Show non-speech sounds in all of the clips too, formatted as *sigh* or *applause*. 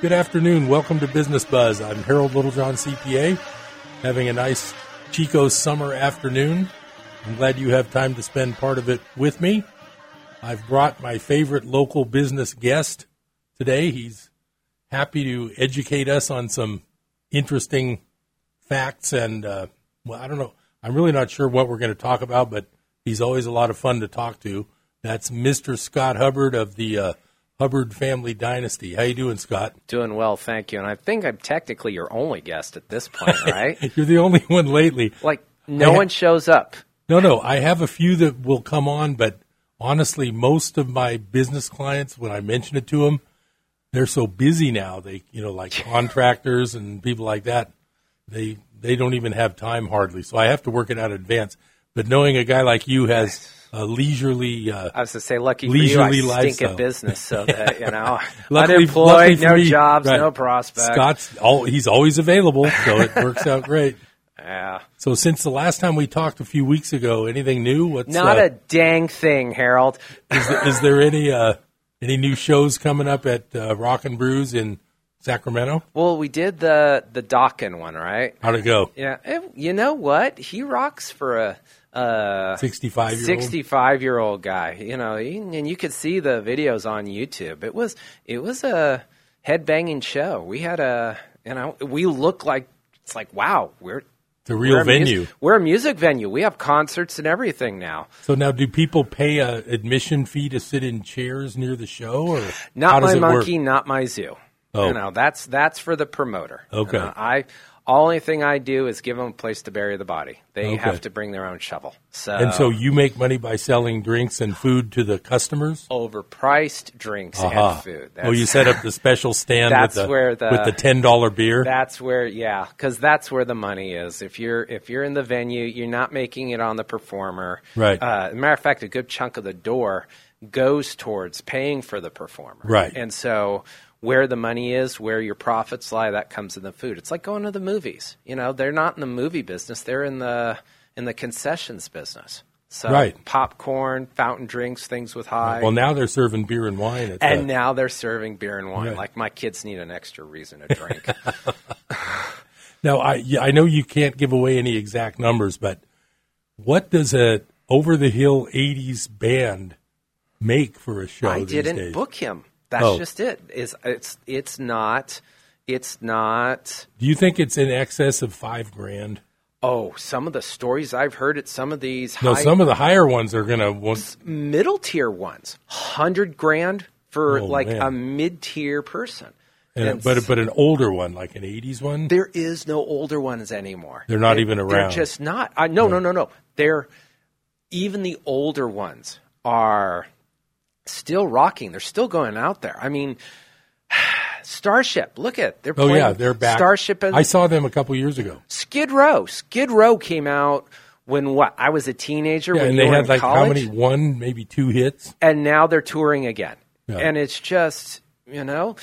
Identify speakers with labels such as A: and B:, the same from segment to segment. A: Good afternoon. Welcome to Business Buzz. I'm Harold Littlejohn, CPA, having a nice Chico summer afternoon. I'm glad you have time to spend part of it with me. I've brought my favorite local business guest today. He's happy to educate us on some interesting facts. And, uh, well, I don't know. I'm really not sure what we're going to talk about, but he's always a lot of fun to talk to. That's Mr. Scott Hubbard of the uh, Hubbard family dynasty. How you doing, Scott?
B: Doing well, thank you. And I think I'm technically your only guest at this point,
A: *laughs*
B: right?
A: You're the only one lately.
B: like no
A: I-
B: one shows up.
A: No, no, I have a few that will come on, but honestly, most of my business clients, when I mention it to them, they're so busy now. They, you know, like contractors and people like that, they they don't even have time hardly. So I have to work it out in advance. But knowing a guy like you has a leisurely, uh,
B: I was to say, lucky for
A: Leisurely
B: you, I stink
A: lifestyle.
B: at business, so that
A: *laughs*
B: you know,
A: Luckily-
B: unemployed,
A: luckily for
B: no
A: me-
B: jobs,
A: right.
B: no prospects.
A: Scott's all he's always available, so it works out great.
B: yeah.
A: So since the last time we talked a few weeks ago, anything new? What's
B: Not
A: uh,
B: a dang thing, Harold.
A: is, there- is there any uh, any new shows coming up at uh, Rock and Brews in Sacramento?
B: Well, we did the the Dawkin one, right?
A: How'd it go?
B: Yeah. Eh, You know what? He rocks for a. Uh,
A: Sixty-five year old.
B: 65 year old guy you know he- and you could see the videos on youtube it was it was a head banging show we had a you know we look like it's like wow we're
A: The real
B: we're a mus-
A: venue.
B: we're a music venue we have concerts and everything now
A: so now, do people pay a admission fee to sit in chairs near the show, or how
B: not
A: does
B: my
A: it
B: monkey
A: work?
B: not my zoo
A: Oh.
B: you know that's that's for the promoter You
A: Okay.
B: know, i only thing i do is give them a place to bury the body they
A: Okay.
B: have to bring their own shovel so
A: And so you make money by selling drinks and food to the customers.
B: overpriced drinks
A: Ah.
B: and food
A: oh, you set
B: *laughs*
A: up the special stand
B: That's
A: with, the,
B: where the-
A: with the ten dollar beer.
B: That's where, yeah, because that's where the money is. If you're if you're in the venue, you're not making it on the performer.
A: Right.
B: Uh, as a matter of fact, a good chunk of the door goes towards paying for the performer.
A: Right.
B: And so, where the money is, where your profits lie, that comes in the food. It's like going to the movies. You know, they're not in the movie business; they're in the in the concessions business. So,
A: Right.
B: popcorn, fountain drinks, things with high.
A: well, now they're serving beer and wine. At
B: and
A: the-
B: now they're serving beer and wine.
A: Right.
B: Like my kids need an extra reason
A: *laughs*
B: to drink.
A: Now, I yeah, I know you can't give away any exact numbers, but what does a over the hill '80s band make for a show?
B: I
A: these
B: didn't
A: days?
B: book him. That's
A: Oh.
B: just it. Is it's it's not it's not
A: Do you think it's in excess of five grand?
B: oh, some of the stories I've heard at some of these
A: No,
B: high
A: some of the higher ones are gonna want. uh,
B: middle tier ones, 100 grand for
A: Oh,
B: like a
A: man.
B: mid-tier person.
A: And, but but an older one, like an '80s one.
B: there is no older ones anymore.
A: They're not
B: They-
A: even
B: They're
A: around.
B: just not. I, no, no, no, no. They're even the older ones are still rocking. They're still going out there. I mean, *sighs* Starship. Look at they're
A: Oh
B: playing
A: yeah, they're back.
B: Starship and
A: I saw them a couple years ago.
B: Skid Row. Skid Row came out when what? I was a teenager
A: Yeah,
B: when
A: and
B: you
A: they
B: were
A: had
B: in
A: like
B: college,
A: how many? One, maybe two hits.
B: and now they're touring again.
A: Yeah.
B: And it's just you know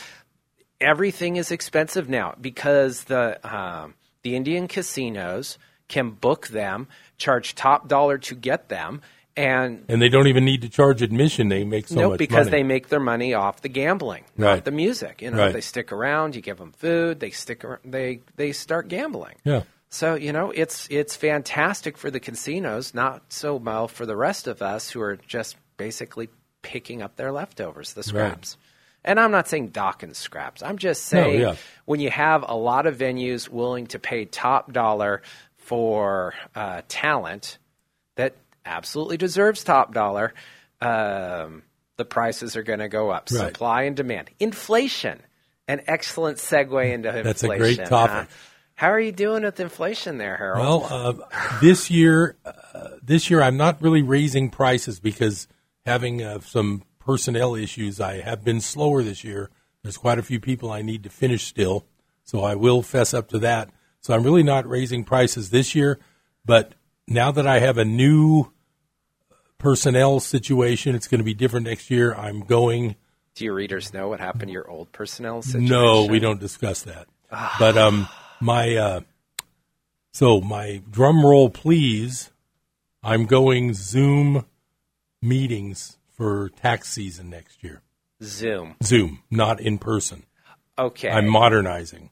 B: everything is expensive now because the um, the Indian casinos can book them, charge top dollar to get them, and
A: And they don't even need to charge admission. They make so
B: no,
A: much
B: because
A: money.
B: they make their money off the gambling,
A: Right.
B: not the music. You know,
A: Right.
B: they stick around. You give them food. They stick. ar- They they start gambling.
A: yeah.
B: So you know, it's it's fantastic for the casinos, not so well for the rest of us who are just basically picking up their leftovers, the scraps. And I'm not saying Dawkins scraps. I'm just saying
A: yeah.
B: when you have a lot of venues willing to pay top dollar for uh, talent that absolutely deserves top dollar, um, the prices are going to go up.
A: Right.
B: Supply and demand, inflation. An excellent segue into
A: That's a great
B: inflation.
A: topic.
B: How are you doing with inflation there, Harold?
A: Well, uh, this year, uh, this year I'm not really raising prices because having uh, some personnel issues, I have been slower this year. There's quite a few people I need to finish still, so I will fess up to that. So I'm really not raising prices this year, but now that I have a new personnel situation, it's going to be different next year. I'm going.
B: Do your readers know what happened to your old personnel situation?
A: No, we don't discuss that. but um, my uh, so my drum roll, please. I'm going Zoom meetings for tax season next year.
B: Zoom.
A: Zoom, not in person.
B: Okay.
A: I'm modernizing.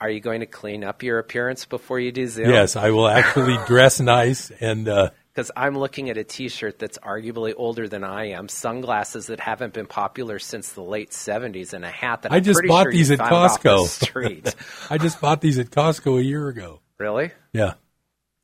B: Are you going to clean up your appearance before you do Zoom?
A: Yes, I will actually dress nice and uh,
B: Because I'm looking at a t shirt that's arguably older than I am, sunglasses that haven't been popular since the late 70s, and a hat that
A: I
B: I'm
A: just
B: pretty
A: bought
B: sure you
A: these at
B: found off the
A: Costco. *laughs*
B: street.
A: I just bought these at Costco a year ago.
B: really?
A: Yeah.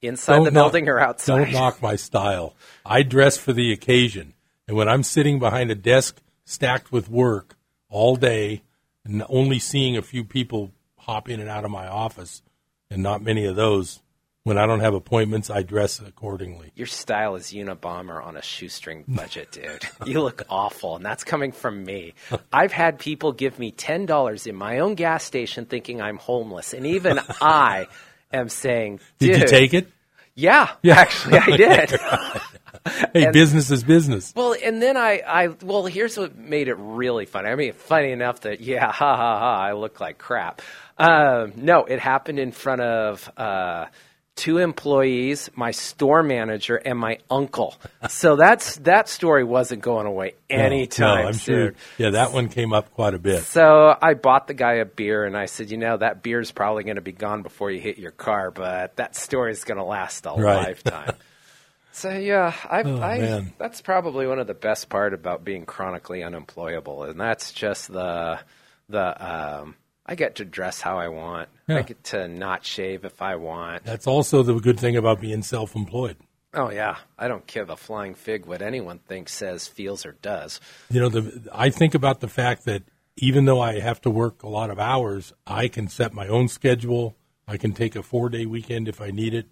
B: Inside the
A: knock-
B: building or outside?
A: Don't knock my style. I dress for the occasion. And when I'm sitting behind a desk stacked with work all day and only seeing a few people hop in and out of my office, and not many of those, when I don't have appointments, I dress accordingly.
B: Your style is Unabomber on a shoestring budget, dude. *laughs* You look awful, and that's coming from
A: *laughs*
B: me. I've had people give me $10 in my own gas station thinking I'm homeless,
A: *laughs*
B: and even I am saying,
A: Did
B: dude,
A: you take it?
B: Yeah,
A: *laughs*
B: actually, I did.
A: Hey, business is business.
B: well, and then I, I, well, here's what made it really funny. I mean, funny enough that, yeah, *laughs* ha ha ha, I look like crap. Um, no, it happened in front of uh, two employees, my store manager, and my
A: *laughs*
B: uncle. So that's that story wasn't going away anytime
A: Oh, I'm
B: soon.
A: sure. Yeah, that one came up quite a bit.
B: So I bought the guy a beer and I said, you know, that beer's probably going to be gone before you hit your car, but that story's going to last a
A: Right. Oh,
B: lifetime.
A: *laughs*
B: so yeah, I've, I
A: man.
B: that's probably one of the best part about being chronically unemployable, and that's just the the um, I get to dress how I want. I
A: Yeah.
B: get to not shave if I want.
A: That's also the good thing about being self employed.
B: Oh yeah, I don't give a flying fig what anyone thinks, says, feels, or does.
A: you know the i think about the fact that even though i have to work a lot of hours i can set my own schedule i can take a four day weekend if i need it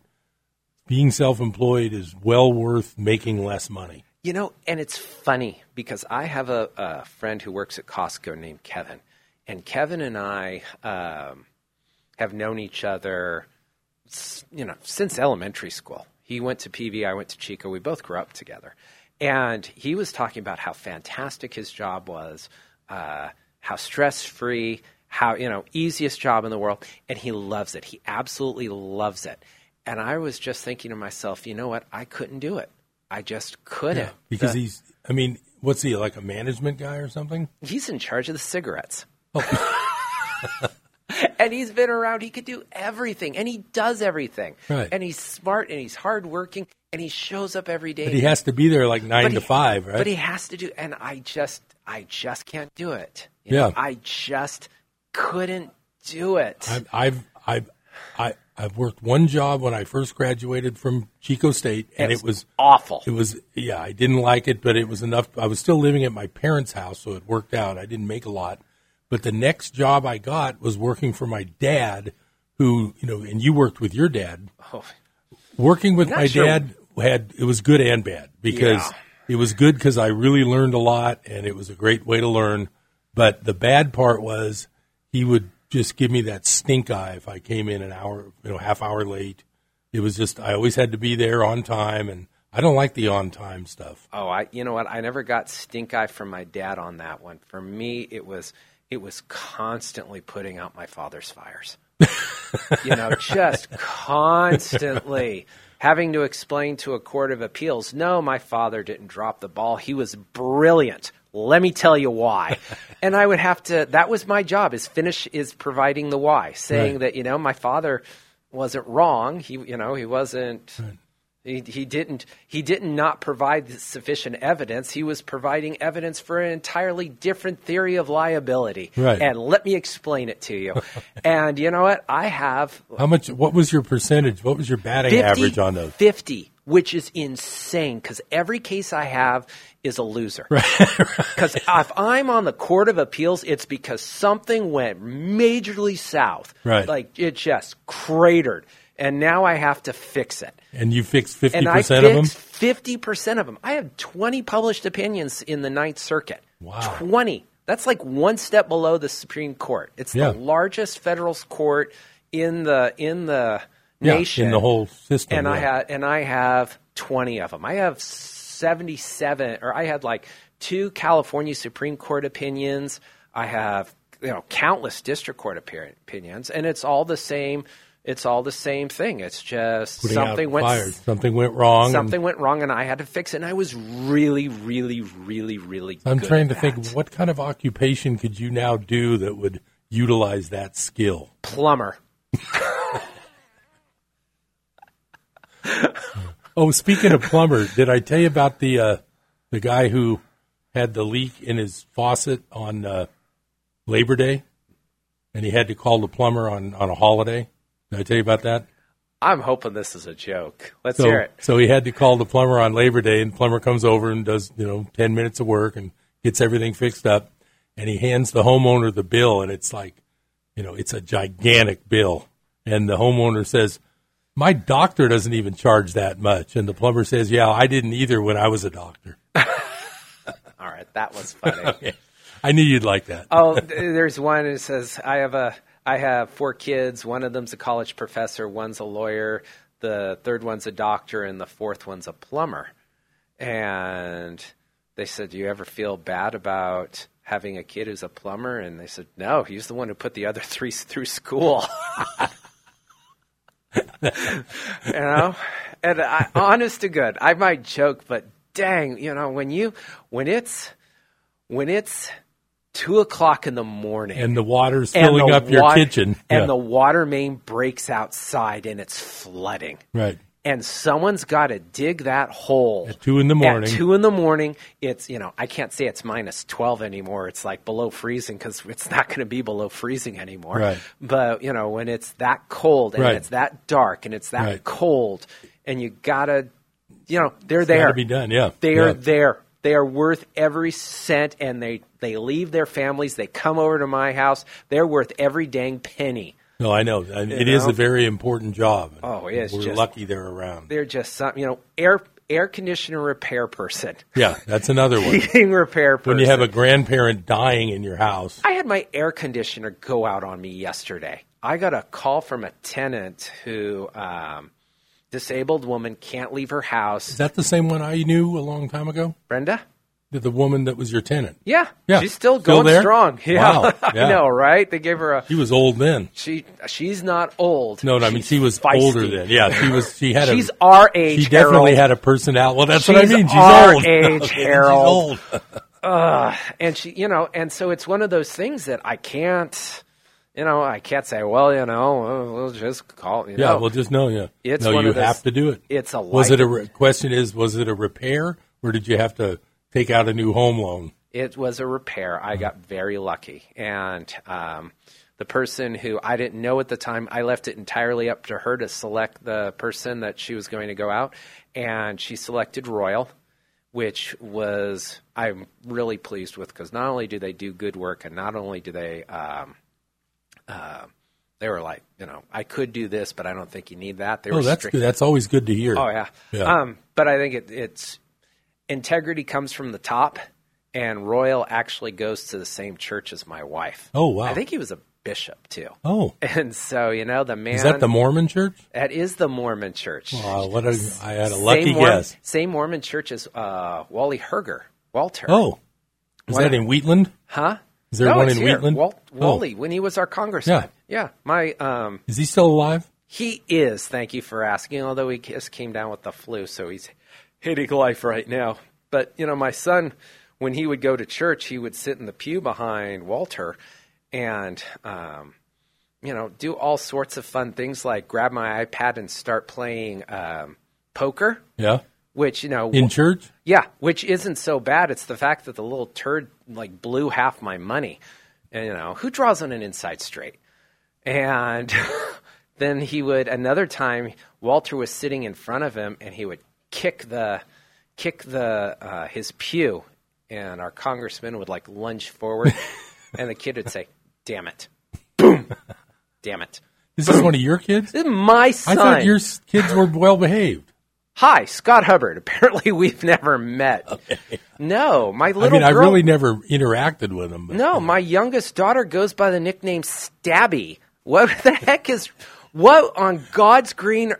A: being self-employed is well worth making less money
B: You know, and it's funny because I have a, a friend who works at Costco named Kevin, and Kevin and I um, have known each other, s- you know, since elementary school. He went to PV, I went to Chico. We both grew up together, and he was talking about how fantastic his job was, uh, how stress free, how you know easiest job in the world, and he loves it. He absolutely loves it. And I was just thinking to myself, you know what? I couldn't do it. I just couldn't
A: because he's i mean what's he like a management guy or something
B: he's in charge of the cigarettes.
A: Oh.
B: *laughs* and he's been around. He could do everything, and he does everything.
A: Right.
B: And he's smart, and he's hardworking, and he shows up every day.
A: but he has to be there like nine to
B: he-
A: five right
B: But he has to do. And I just, I just can't do it. You
A: Yeah.
B: know, I just couldn't do it.
A: I- I've I've I, I've worked one job when I first graduated from Chico State, and
B: It's
A: it was
B: awful.
A: It was yeah, I didn't like it, but it was enough. I was still living at my parents' house, so it worked out. I didn't make a lot, but the next job I got was working for my dad, who you know, and you worked with your dad.
B: Oh,
A: Working with my
B: sure-
A: dad had it was good and bad because
B: Yeah.
A: it was good because I really learned a lot, and it was a great way to learn. But the bad part was he would just give me that stink eye if I came in an hour, you know, half hour late. It was just I always had to be there on time, and I don't like the on time stuff.
B: Oh, I you know what? I never got stink eye from my dad on that one. For me, it was it was constantly putting out my father's fires. you know, just constantly having to explain to a court of appeals, no, my father didn't drop the ball. He was brilliant. Let me tell
A: *laughs*
B: you why. and I would have to that was my job is finish is providing the why, saying
A: Right.
B: that, you know, my father wasn't wrong. He you know, he wasn't he, he didn't he didn't not provide sufficient evidence. He was providing evidence for an entirely different theory of liability.
A: Right.
B: And let me explain it
A: *laughs*
B: to you. and you know what? I have
A: How much? What was your percentage? What was your batting
B: 50,
A: average on those?
B: 50, which is insane because every case I have is
A: *laughs*
B: a loser. Because if I'm on the court of appeals, it's because something went majorly south.
A: Right.
B: Like it just cratered. And now I have to fix it
A: And you fixed fifty
B: and I
A: percent of them.
B: fixed fifty percent of them. I have twenty published opinions in the Ninth Circuit.
A: Wow.
B: twenty. That's like one step below the Supreme Court. It's
A: Yeah.
B: the largest federal court in the in the
A: Yeah,
B: nation
A: in the whole system.
B: and I
A: yeah.
B: had and I have 20 of them. I have 77 or I had like two California Supreme Court opinions. I have you know countless district court opi- opinions and it's all the same It's all the same thing. It's just
A: Putting out
B: something went
A: fires. Something went wrong. and
B: something went wrong and I had to fix it. And I was really, really, really, really.
A: I'm
B: good
A: trying
B: at
A: to think
B: that.
A: what kind of occupation could you now do that would utilize that skill?
B: plumber.
A: Oh, speaking of plumber, did I tell you about the uh, the guy who had the leak in his faucet on uh, Labor Day, and he had to call the plumber on on a holiday? Did I tell you about that?
B: I'm hoping this is a joke. Let's
A: So
B: hear it.
A: so he had to call the plumber on Labor Day, and the plumber comes over and does you know ten minutes of work and gets everything fixed up, and he hands the homeowner the bill, and it's like, you know, it's a gigantic bill, and the homeowner says. My doctor doesn't even charge that much. And the plumber says, Yeah, I didn't either when I was a doctor.
B: All right, that
A: *laughs*
B: was funny.
A: I knew you'd like that.
B: oh, th- there's one who says I have a I have four kids. One of them's a college professor. One's a lawyer. The third one's a doctor, and the fourth one's a plumber. And they said, "Do you ever feel bad about having a kid who's a plumber?" And they said, "No, he's the one who put the other *laughs* three s- through school." you know and I, honest to good i might joke but dang you know when you when it's when it's two o'clock in the morning
A: and the water's
B: and
A: filling
B: the
A: up your
B: wat-
A: kitchen.
B: and
A: Yeah,
B: the water main breaks outside and it's flooding
A: right.
B: and someone's got to dig that hole
A: At two in the morning.
B: At two in the morning, it's you know I can't say it's minus twelve anymore. It's like below freezing because it's not going to be below freezing anymore.
A: Right.
B: But you know when it's that cold and
A: Right.
B: it's that dark and it's that
A: Right.
B: cold, and you gotta, you know, they're
A: Got
B: there.
A: to be done. Yeah.
B: They
A: yeah.
B: are there. They are worth every cent, and they they leave their families. They come over to my house. They're worth every dang penny.
A: No, I know. And it is
B: know?
A: a very important job.
B: Oh, it is
A: We're
B: just-
A: lucky they're around.
B: They're just some, you know, air air conditioner repair person, *laughs*
A: yeah, that's another one.
B: heating repair person.
A: when you have a grandparent dying in your house,
B: I had my air conditioner go out on me yesterday. I got a call from a tenant who, um, disabled woman, can't leave her
A: is
B: house.
A: that the same one I knew a long time ago?
B: Brenda?
A: The- The woman that was your tenant.
B: Yeah.
A: Yeah.
B: She's still
A: Still
B: going
A: there?
B: strong. *laughs* Yeah.
A: Wow. Yeah.
B: I know, right? They gave her a.
A: She was old then.
B: She she's not old.
A: No, no I mean she was
B: feisty.
A: older then. Yeah, she was. She had.
B: She's
A: a,
B: our age.
A: She definitely had
B: Harold.
A: a personality. Well, that's what I
B: She's
A: mean. She's *laughs*
B: our
A: old.
B: age,
A: She's
B: Harold.
A: old.
B: and she you know and so it's one of those things that i can't you know i can't say well you know uh, we'll just call you
A: Yeah,
B: know
A: well, just no, yeah.
B: Oh. It's
A: no,
B: one
A: you
B: of those-
A: have to do it.
B: it's a
A: was
B: life.
A: it a re- question? Is was it a repair or did you have to take out a new home loan?
B: it was a repair i got very lucky and um, the person who i didn't know at the time i left it entirely up to her to select the person that she was going to go out and she selected royal which was i'm really pleased with because not only do they do good work and not only do they um, uh, they were like, you know, I could do this, but I don't think you need that. They were
A: Oh, that's
B: strict.
A: good. That's always good to hear.
B: Oh yeah.
A: Yeah.
B: Um, but I think it, it's integrity comes from the top, and Royal actually goes to the same church as my wife.
A: Oh, wow.
B: I think he was a bishop too.
A: Oh,
B: And so you know the man
A: is that the Mormon Church?
B: that is the Mormon church.
A: Wow, Uh, what a, I had a lucky
B: same Mormon,
A: guess.
B: Same Mormon church as uh, Wally Herger, Walter.
A: Oh, is that in Wheatland?
B: huh?
A: Is there
B: no,
A: one
B: it's
A: in
B: here.
A: Wheatland?
B: Walt,
A: Oh.
B: Wally, when he was our congressman. yeah my um,
A: Is he still alive?
B: He is. Thank you for asking. Although he just came down with the flu, so he's hitting life right now. But you know, my son, when he would go to church, he would sit in the pew behind Walter, and um, you know, do all sorts of fun things like grab my iPad and start playing um, poker,
A: Yeah,
B: which you know,
A: in church.
B: yeah, which isn't so bad. It's the fact that the little turd like blew half my money. And, you know, who draws on an inside straight? And *laughs* then he would another time Walter was sitting in front of him and he would kick the kick the uh, his pew and our congressman would like
A: *laughs*
B: lunge forward and the kid would say, "Damn it. Boom. Damn it."
A: Is this one of your kids?
B: This is my
A: I
B: son.
A: thought your s- kids were well behaved.
B: Hi, Scott Hubbard. *laughs* Apparently we've never met. No, my
A: I
B: little
A: mean, I
B: girl
A: really never interacted with them. but-
B: No, my youngest daughter goes by the nickname Stabby. What the heck is what on God's green
A: we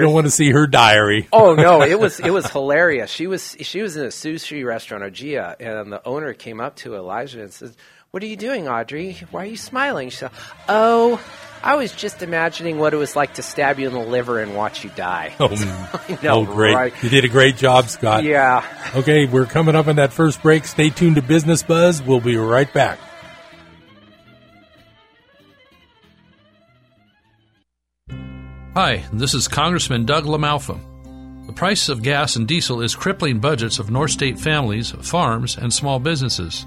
A: *laughs* don't want to see her diary.
B: oh no, it was it was hilarious. She was she was in a sushi restaurant, Ojia, and the owner came up to Elijah and says, What are you doing, Audrey? Why are you smiling? She's like, Oh, I was just imagining what it was like to stab you in the liver and watch you
A: *laughs*
B: die. *laughs*
A: Oh,
B: know,
A: oh, great.
B: right?
A: You did a great job, Scott.
B: Yeah.
A: Okay, we're coming up on that first break. Stay tuned to Business Buzz. We'll be right back.
C: Hi, this is Congressman Doug LaMalfa. The price of gas and diesel is crippling budgets of North State families, farms, and small businesses.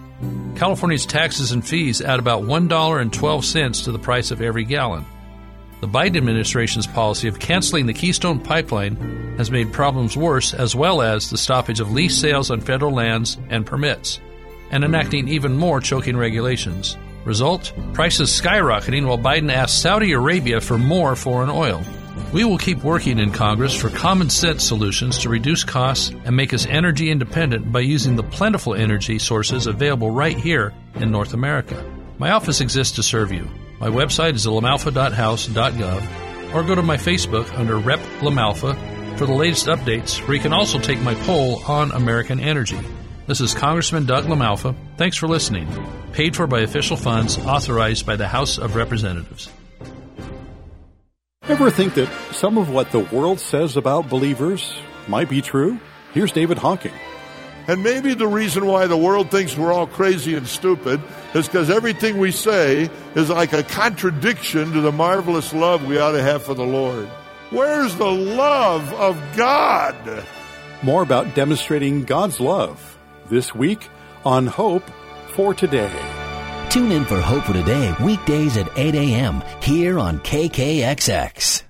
C: California's taxes and fees add about $1.12 to the price of every gallon. The Biden administration's policy of canceling the Keystone Pipeline has made problems worse, as well as the stoppage of lease sales on federal lands and permits, and enacting even more choking regulations. Result? Prices skyrocketing while Biden asks Saudi Arabia for more foreign oil. We will keep working in Congress for common sense solutions to reduce costs and make us energy independent by using the plentiful energy sources available right here in North America. My office exists to serve you. My website is lamalfa.house.gov or go to my Facebook under Rep Lamalfa for the latest updates where you can also take my poll on American energy. This is Congressman Doug Lamalfa. Thanks for listening. Paid for by official funds authorized by the House of Representatives.
D: Ever think that some of what the world says about believers might be true? Here's David Hawking.
E: And maybe the reason why the world thinks we're all crazy and stupid is because everything we say is like a contradiction to the marvelous love we ought to have for the Lord. Where's the love of God?
D: More about demonstrating God's love this week on Hope for Today.
F: Tune in for Hope for Today weekdays at 8 a.m. here on KKXX.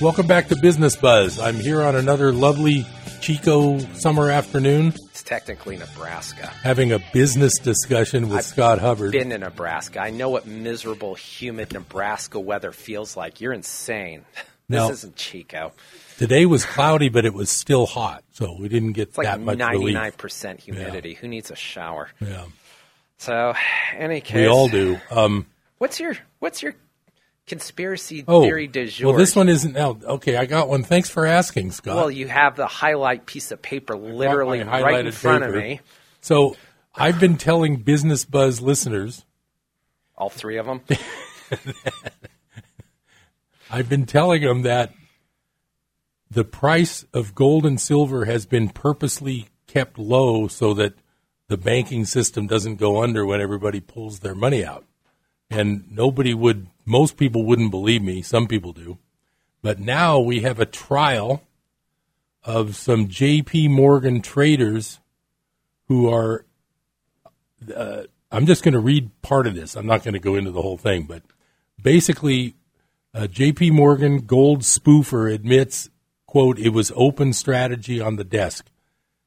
A: Welcome back to Business Buzz. I'm here on another lovely Chico summer afternoon
B: It's technically Nebraska.
A: having a business discussion with Scott Hubbard.
B: Been in Nebraska. I know what miserable, humid Nebraska weather feels like. You're insane. *laughs*
A: No.
B: This isn't Chico.
A: Today was cloudy, but it was still hot, so we didn't get
B: It's like
A: that much relief.
B: 99% humidity. Who needs a shower?
A: Yeah,
B: So, any case.
A: we all do. Um,
B: What's your what's your conspiracy
A: oh,
B: theory de jour?
A: well, this one isn't now. Okay, I got one. Thanks for asking, Scott.
B: Well, you have the highlight piece of paper
A: got
B: literally
A: my
B: right in
A: highlighted
B: front of
A: paper.
B: me.
A: So I've been telling Business Buzz listeners,
B: All three of them.
A: I've been telling them that the price of gold and silver has been purposely kept low so that the banking system doesn't go under when everybody pulls their money out. And nobody would, most people wouldn't believe me. Some people do. But now we have a trial of some JP Morgan traders who are uh, I'm just going to read part of this. I'm not going to go into the whole thing, but basically, uh, J.P. Morgan gold spoofer admits, "quote It was open strategy on the desk."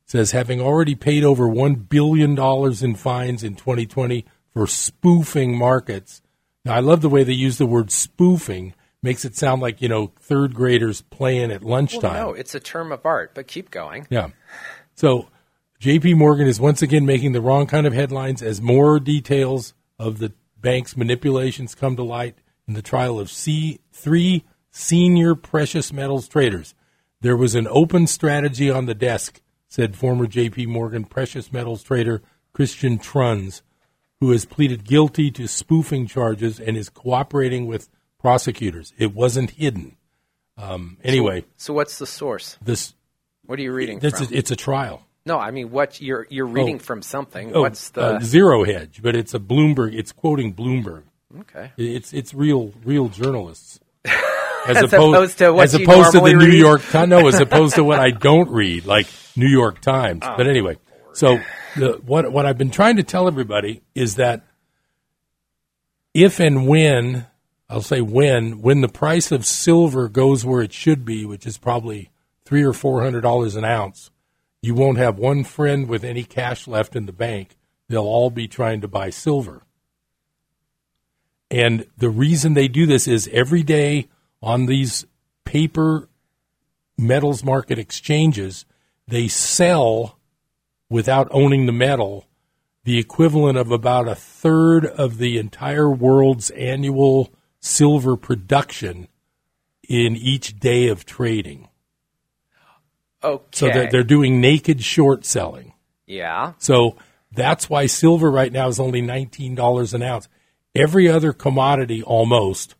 A: Says having already paid over one billion dollars in fines in 2020 for spoofing markets. Now I love the way they use the word spoofing. Makes it sound like you know third graders playing at lunchtime.
B: well, no, it's a term of art, but keep going.
A: Yeah. So JP Morgan is once again making the wrong kind of headlines as more details of the bank's manipulations come to light in the trial of C- three senior precious metals traders. There was an open strategy on the desk, said former JP Morgan precious metals trader Christian Truns, who has pleaded guilty to spoofing charges and is cooperating with prosecutors. It wasn't hidden. Um, anyway,
B: So what's the source?
A: this,
B: What are you reading
A: this
B: from?
A: is, it's a trial.
B: no, I mean what you're you're reading from something.
A: Oh,
B: what's the
A: uh, zero hedge? But it's a Bloomberg. It's quoting Bloomberg.
B: Okay.
A: It's it's real real
B: *laughs*
A: journalists. As,
B: opposed to what
A: as
B: you
A: opposed to the
B: normally
A: New
B: read.
A: York Times, no,
B: *laughs*
A: as opposed to what I don't read, like New York Times.
B: Oh,
A: but anyway, so the, what what I've been trying to tell everybody is that if and when I'll say when when the price of silver goes where it should be, which is probably three or four hundred dollars an ounce, you won't have one friend with any cash left in the bank. They'll all be trying to buy silver. And the reason they do this is every day on these paper metals market exchanges, they sell without owning the metal the equivalent of about a third of the entire world's annual silver production in each day of trading.
B: Okay.
A: So they're, they're doing naked short selling.
B: yeah.
A: So that's why silver right now is only $19 an ounce. Every other commodity almost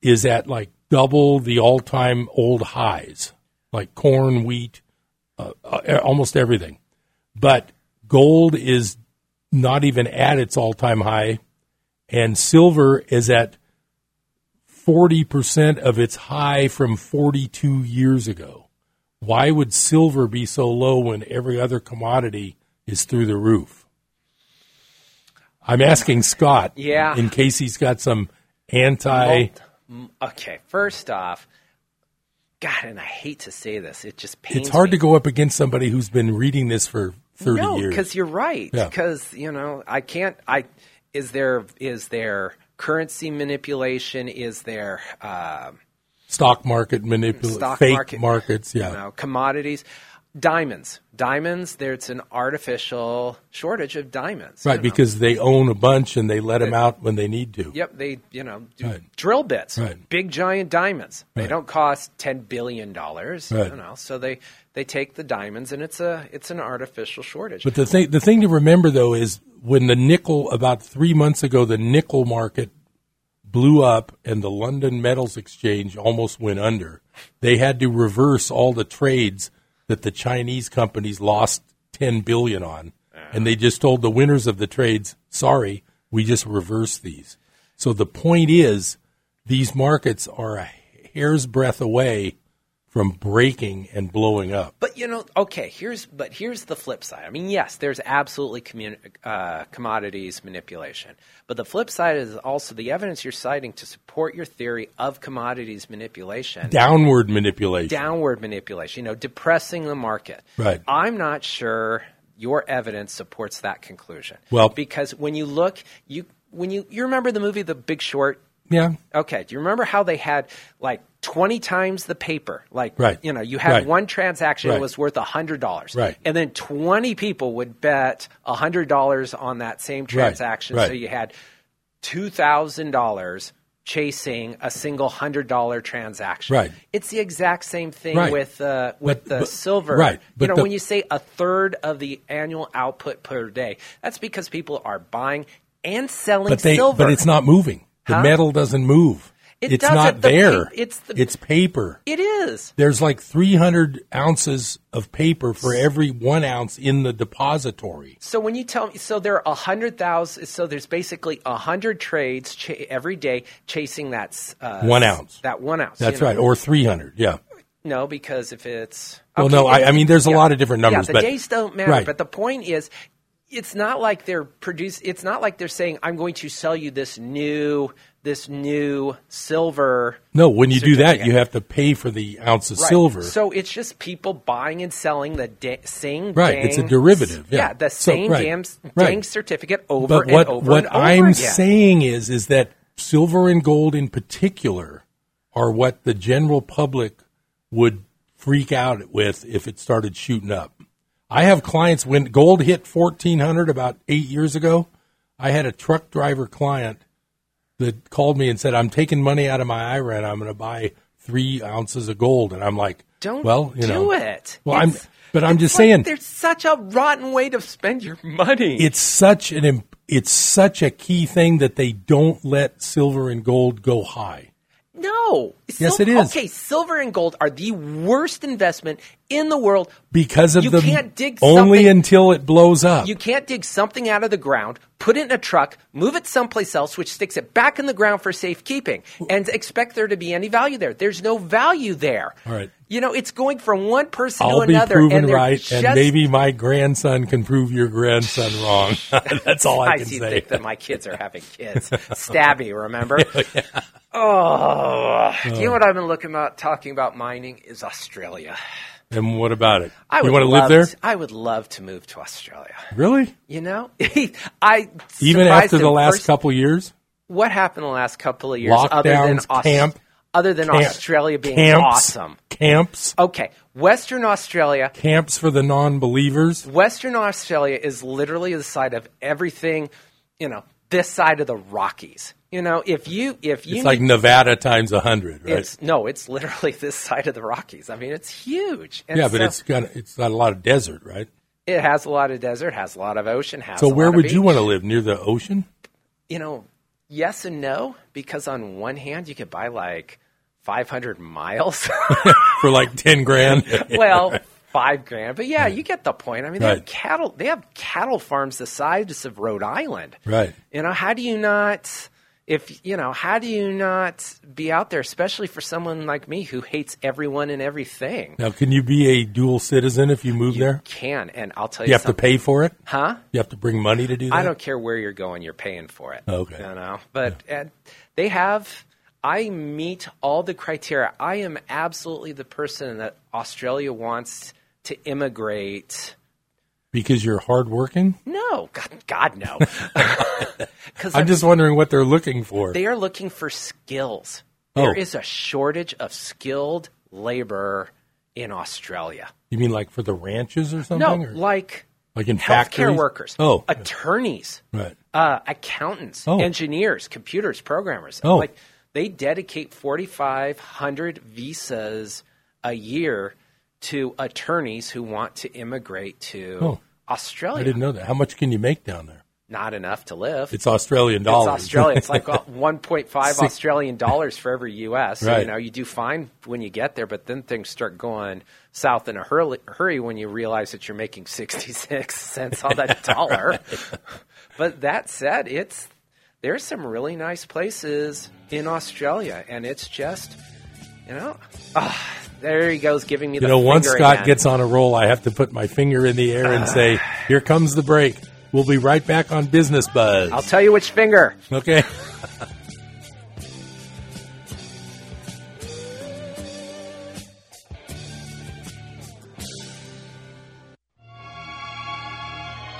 A: is at like double the all time old highs, like corn, wheat, uh, uh, almost everything. But gold is not even at its all time high, and silver is at 40% of its high from 42 years ago why would silver be so low when every other commodity is through the roof? I'm asking Scott
B: Yeah.
A: in case he's got some anti.
B: Mm, Okay. First off, God, and I hate to say this, it just pains
A: It's hard
B: me.
A: to go up against somebody who's been reading this for 30
B: no,
A: years.
B: because you're right.
A: Yeah.
B: Because you know, I can't. I is there is there currency manipulation? Is there um
A: Stock market manipulation,
B: Stock
A: fake
B: market-
A: markets. Yeah.
B: you know commodities? Diamonds, diamonds. There's an artificial shortage of diamonds.
A: right, because they own a bunch and they let them out when they need to.
B: Yep, they you know do
A: Right.
B: drill bits,
A: Right.
B: big giant diamonds. They
A: Right.
B: don't cost ten billion dollars.
A: Right.
B: You know, so they they take the diamonds, and it's a it's an artificial shortage.
A: But the thing, the thing to remember though is when the nickel about three months ago, the nickel market blew up and the London Metals Exchange almost went under. They had to reverse all the trades that the Chinese companies lost ten billion on, and they just told the winners of the trades, "Sorry, we just reversed these." So the point is, these markets are a hair's breadth away from breaking and blowing up.
B: But you know, okay. Here's but here's the flip side. I mean, yes, there's absolutely commun- uh, commodities manipulation, but the flip side is also the evidence you're citing to support your theory of commodities manipulation.
A: Downward manipulation.
B: Downward manipulation, you know, depressing the market.
A: Right.
B: I'm not sure your evidence supports that conclusion.
A: Well-
B: because when you look, you when you you remember the movie The Big Short,
A: yeah.
B: Okay. Do you remember how they had like 20 times the paper? Like,
A: Right.
B: you know, you had
A: Right.
B: one transaction that
A: Right.
B: was worth $100.
A: Right.
B: And then 20 people would bet $100 on that same transaction.
A: Right.
B: So you had $2,000 chasing a single $100 transaction.
A: Right.
B: It's the exact same thing
A: Right.
B: with, uh, with
A: But-
B: the
A: but-
B: silver.
A: right.
B: you
A: But
B: know,
A: the-
B: when you say a third of the annual output per day, that's because people are buying and selling
A: but they,
B: silver.
A: But it's not moving. The
B: Huh?
A: metal doesn't move.
B: It
A: it's
B: doesn't.
A: not
B: The pa-
A: there.
B: it's the-
A: it's paper.
B: It is.
A: There's like 300 ounces of paper for every one ounce in the depository.
B: So when you tell me, so there are a hundred thousand, so there's basically a hundred trades cha- every day chasing that s- uh,
A: One
B: s-
A: ounce.
B: That one ounce.
A: That's
B: you know.
A: right, Oh. or 300. Yeah.
B: No, because if it's
A: Well, no, I- I mean, there's a lot of different numbers,
B: Yeah, the
A: but-
B: days don't matter.
A: right.
B: But the point is, it's not like they're produce. It's not like they're saying, "I'm going to sell you this new, this new silver."
A: No, when you do that,
B: Certificate.
A: you have to pay for the ounce of
B: Right.
A: silver.
B: So it's just people buying and selling the da- same.
A: Right, it's a
B: dang-
A: derivative, yeah.
B: the
A: So,
B: same
A: right,
B: damn s-
A: right.
B: dang certificate over
A: but
B: and
A: what
B: over
A: what
B: and over
A: I'm
B: again.
A: saying is is that silver and gold in particular are what the general public would freak out with if it started shooting up. I have clients when gold hit 1400 about 8 years ago, I had a truck driver client that called me and said I'm taking money out of my IRA and I'm going to buy 3 ounces of gold and I'm like
B: Don't
A: well, you
B: do
A: know,
B: it.
A: Well, I'm
B: It's-
A: but I'm
B: it's
A: just
B: like
A: saying
B: there's such a rotten way to spend your money.
A: it's such an im- it's such a key thing that they don't let silver and gold go high.
B: no.
A: Yes,
B: Sil-
A: it is.
B: Okay, silver and gold are the worst investment in the world.
A: Because of
B: You
A: the
B: can't dig
A: only
B: something-
A: until it blows up.
B: You can't dig something out of the ground, put it in a truck, move it someplace else, which sticks it back in the ground for safekeeping, and expect there to be any value there. There's no value there.
A: All right.
B: You know, it's going from one person
A: I'll
B: to
A: be
B: another.
A: proven
B: and they're
A: right,
B: just,
A: and maybe my grandson can prove your grandson wrong. *laughs* That's all I
B: *laughs* I
A: can
B: see
A: say.
B: think that my kids
A: *laughs*
B: are having kids. Stabby, remember? Oh, you know what I've been looking about talking about mining is Australia.
A: And what about it?
B: I
A: you
B: would
A: want to live
B: love
A: there?
B: to- I would love to move to Australia.
A: Really?
B: You know, *laughs* I
A: Even
B: surprised
A: after
B: at
A: the last
B: first-
A: couple years?
B: what happened the last couple of years other than
A: Lockdowns, camp,
B: other than
A: Camp-
B: Australia being
A: camps,
B: awesome?
A: Camps.
B: Okay, Western Australia
A: Camps for the non-believers.
B: Western Australia is literally the side of everything, you know, this side of the Rockies. You know, if you if you
A: It's like
B: need-
A: Nevada times a hundred, right?
B: it's no, it's literally *laughs* this side of the Rockies. I mean, it's huge. And
A: yeah, but
B: so
A: it's got it's got a lot of desert, right?
B: it has a lot of desert, has a lot of ocean, has
A: So
B: a lot
A: where
B: of
A: would you
B: beach.
A: want to live? Near the ocean?
B: you know, yes and no, because on one hand, you could buy like
A: *laughs*
B: 500 miles. *laughs*
A: For like ten grand? *laughs*
B: well, five grand. But yeah, you get the point. I mean, they have
A: Right.
B: cattle, they have cattle farms the size of Rhode Island.
A: right.
B: You know, how do you not, if, you know, how do you not be out there, especially for someone like me who hates everyone and everything?
A: Now can you be a dual citizen if you move there?
B: Can. And I'll tell you,
A: You have to
B: something.
A: pay for it?
B: Huh?
A: You have to bring money to do that?
B: I don't care where you're going, you're paying for it.
A: Okay.
B: You know, but and they have. I meet all the criteria. I am absolutely the person that Australia wants to immigrate.
A: Because you're hardworking?
B: No, God,
A: *laughs*
B: God no. Because
A: I'm just wondering what they're looking for.
B: they are looking for skills.
A: Oh.
B: There is a shortage of skilled labor in Australia.
A: you mean like for the ranches or
B: No,
A: something? or
B: like
A: like in
B: healthcare
A: factories?
B: workers,
A: Oh,
B: attorneys,
A: right.
B: uh, accountants,
A: Oh.
B: engineers, computers, programmers.
A: Oh.
B: Like they dedicate 4,500 visas a year to attorneys who want to immigrate to
A: Oh.
B: Australia.
A: I didn't know that. How much can you make down there?
B: Not enough to live.
A: It's Australian dollars.
B: It's Australia. It's like uh, 1.5
A: Six-
B: Australian dollars for every U.S. So,
A: Right.
B: You know, you do fine when you get there, but then things start going south in a hurly- hurry when you realize that you're making 66 *laughs* cents
A: *laughs*
B: on that dollar. but that said, it's there's some really nice places in Australia, and it's just, you know, ah, there he goes giving
A: *laughs*
B: me
A: you
B: the
A: know, once
B: finger
A: Scott
B: again.
A: gets on a roll, I have to put my finger in the air and say, "Here comes the break." We'll be right back on Business Buzz.
B: I'll tell you which finger.
A: okay.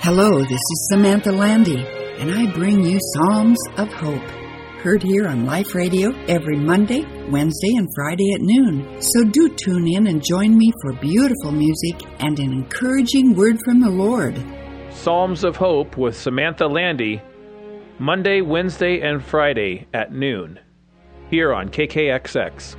G: Hello, this is Samantha Landy, and I bring you Psalms of Hope. Heard here on Life Radio every Monday, Wednesday, and Friday at noon. So do tune in and join me for beautiful music and an encouraging word from the Lord.
H: Psalms of Hope with Samantha Landy, Monday, Wednesday, and Friday at noon, here on KKXX.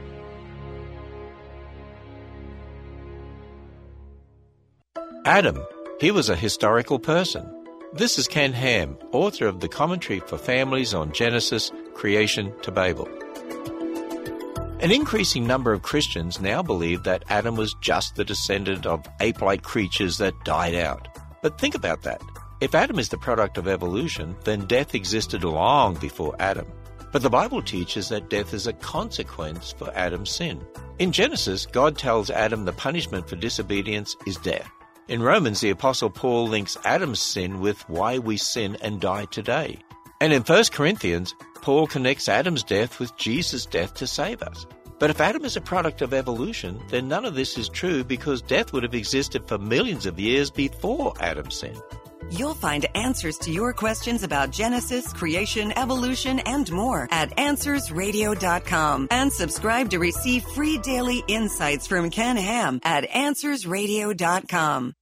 I: Adam, he was a historical person. This is Ken Ham, author of the commentary for families on Genesis, creation to Babel. An increasing number of Christians now believe that Adam was just the descendant of ape like creatures that died out. But think about that. If Adam is the product of evolution, then death existed long before Adam. But the Bible teaches that death is a consequence for Adam's sin. In Genesis, God tells Adam the punishment for disobedience is death. In Romans, the Apostle Paul links Adam's sin with why we sin and die today. And in 1 Corinthians, Paul connects Adam's death with Jesus' death to save us. But if Adam is a product of evolution, then none of this is true because death would have existed for millions of years before Adam's sin.
J: You'll find answers to your questions about Genesis, creation, evolution, and more at AnswersRadio.com. And subscribe to receive free daily insights from Ken Ham at AnswersRadio.com.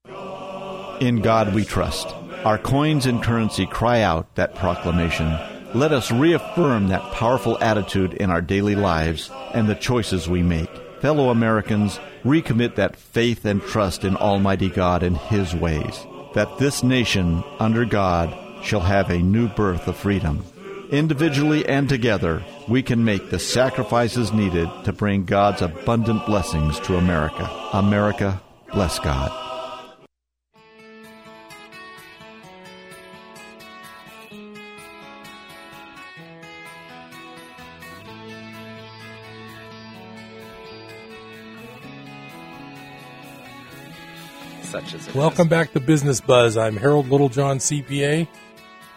K: In God we trust. Our coins and currency cry out that proclamation. Let us reaffirm that powerful attitude in our daily lives and the choices we make. Fellow Americans, recommit that faith and trust in Almighty God and His ways, that this nation, under God, shall have a new birth of freedom. Individually and together, we can make the sacrifices needed to bring God's abundant blessings to America. America, bless God.
B: Such as it
A: Welcome
B: is.
A: back to Business Buzz. I'm Harold Littlejohn, CPA.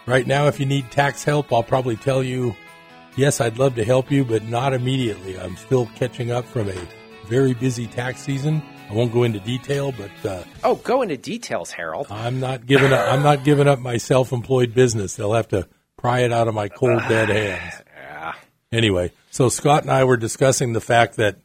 A: Right now, if you need tax help, I'll probably tell you, yes, I'd love to help you, but not immediately. I'm still catching up from a very busy tax season. I won't go into detail, but uh,
B: Oh, go into details, Harold.
A: I'm not giving up. I'm not giving up my self-employed business. They'll have to pry it out of my cold dead hands. Anyway, so Scott and I were discussing the fact that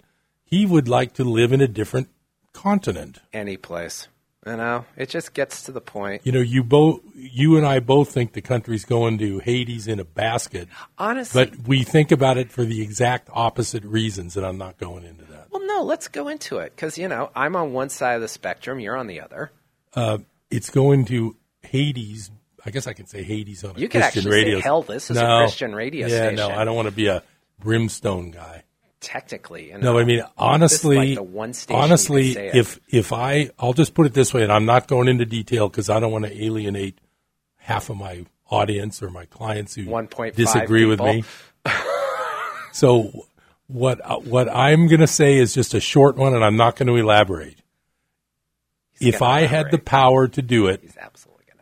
A: he would like to live in a different continent.
B: Any place. You know, it just gets to the point.
A: You know, you both, you and I both think the country's going to Hades in a basket.
B: Honestly-
A: but we think about it for the exact opposite reasons, and I'm not going into that.
B: Well, no, let's go into it because, you know, I'm on one side of the spectrum, you're on the other.
A: Uh, it's going to Hades. I guess I can say Hades on a
B: You could
A: Christian
B: actually say
A: radio.
B: hell, this is a
A: No.
B: Christian radio
A: yeah, no,
B: station.
A: I don't want to be a brimstone guy.
B: Technically, you know.
A: No, I mean
B: This is
A: honestly,
B: like the one station you
A: honestly,
B: can say it.
A: if if I, I'll just put it this way, and I'm not going into detail because I don't want to alienate half of my audience or my clients who
B: 1.5
A: disagree with me.
B: *laughs*
A: so what what I'm going to say is just a short one, and I'm not going to elaborate. if I had the power to do it,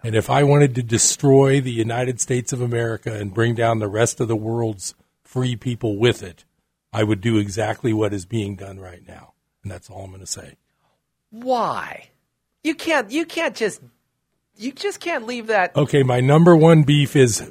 A: and if I wanted to destroy the United States of America and bring down the rest of the world's free people with it, I would do exactly what is being done right now. And that's all I'm going to say.
B: Why? You can't, you can't just, you just can't leave that.
A: Okay, my number one beef is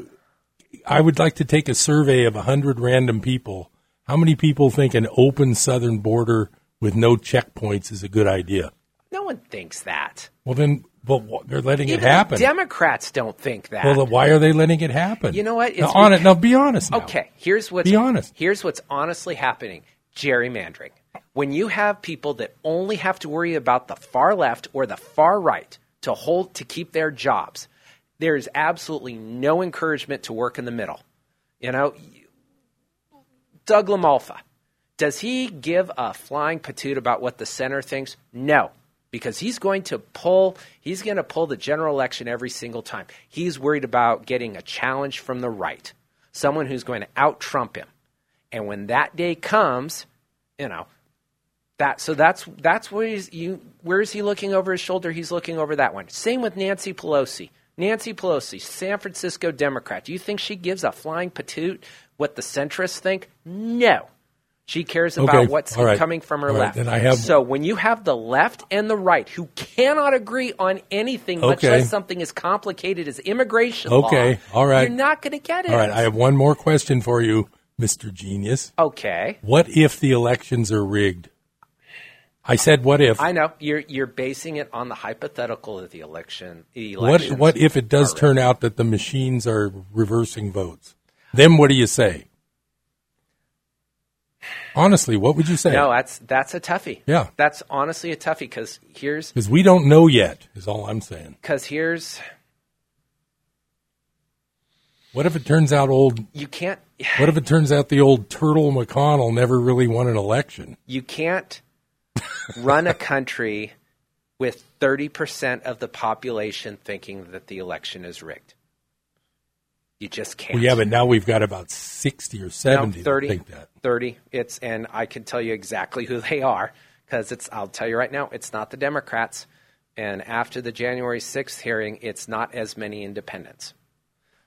A: I would like to take a survey of 100 random people. How many people think an open southern border with no checkpoints is a good idea?
B: No one thinks that.
A: Well, then, but wh- they're letting
B: Even
A: it happen.
B: The Democrats don't think that.
A: well, then why are they letting it happen?
B: You know what?
A: Now,
B: It's
A: on it,
B: beca-
A: now be honest. now.
B: Okay, here's what's
A: Be honest.
B: Here's what's honestly happening: gerrymandering. When you have people that only have to worry about the far left or the far right to hold to keep their jobs, there is absolutely no encouragement to work in the middle. You know, Doug LaMalfa, does he give a flying patoot about what the center thinks? No, because he's going to pull. He's going to pull the general election every single time. He's worried about getting a challenge from the right, someone who's going to out Trump him. And when that day comes, you know that. So that's that's where he's you. Where is he looking over his shoulder? He's looking over that one. Same with Nancy Pelosi. Nancy Pelosi, San Francisco Democrat. Do you think she gives a flying patoot what the centrists think? No. She cares about
A: Okay,
B: what's
A: all right,
B: coming from her
A: all right,
B: left.
A: then I have-
B: so when you have the left and the right who cannot agree on anything, much
A: Okay.
B: less something as complicated as immigration
A: Okay,
B: law,
A: all right.
B: you're not going to get it.
A: All right, I have one more question for you, Mr. Genius.
B: okay.
A: What if the elections are rigged? I said, what if?
B: I know you're you're basing it on the hypothetical of the election. the
A: What
B: elections
A: what if it does
B: are
A: turn out that the machines are reversing votes? Then what do you say? Honestly, what would you say?
B: No, that's that's a toughie.
A: Yeah.
B: that's honestly a toughie because here's
A: Because we don't know yet. Is all I'm saying.
B: because here's
A: What if it turns out old?
B: you can't
A: What if it turns out the old turtle McConnell never really won an election?
B: you can't run a country with thirty percent of the population thinking that the election is rigged. You just can't.
A: Well, yeah, but now we've got about sixty or seventy.
B: no,
A: that
B: 30,
A: think that.
B: 30. It's and I can tell you exactly who they are because it's. I'll tell you right now, it's not the Democrats. And after the January sixth hearing, it's not as many independents.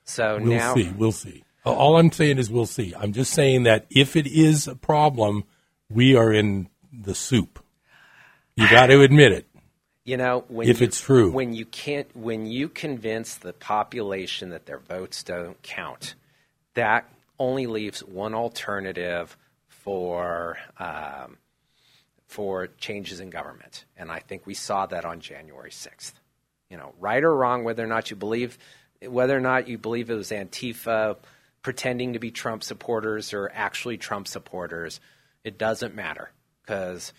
B: So
A: We'll
B: now
A: see. We'll see. A- All I'm saying is we'll see. I'm just saying that if it is a problem, we are in the soup. You got to admit
B: *sighs*
A: it.
B: You know, when
A: If
B: you-
A: it's true.
B: when you can't, when you convince the population that their votes don't count, that only leaves one alternative for um, for changes in government, and I think we saw that on January sixth. You know, right or wrong, whether or not you believe whether or not you believe it was Antifa pretending to be Trump supporters or actually Trump supporters, it doesn't matter because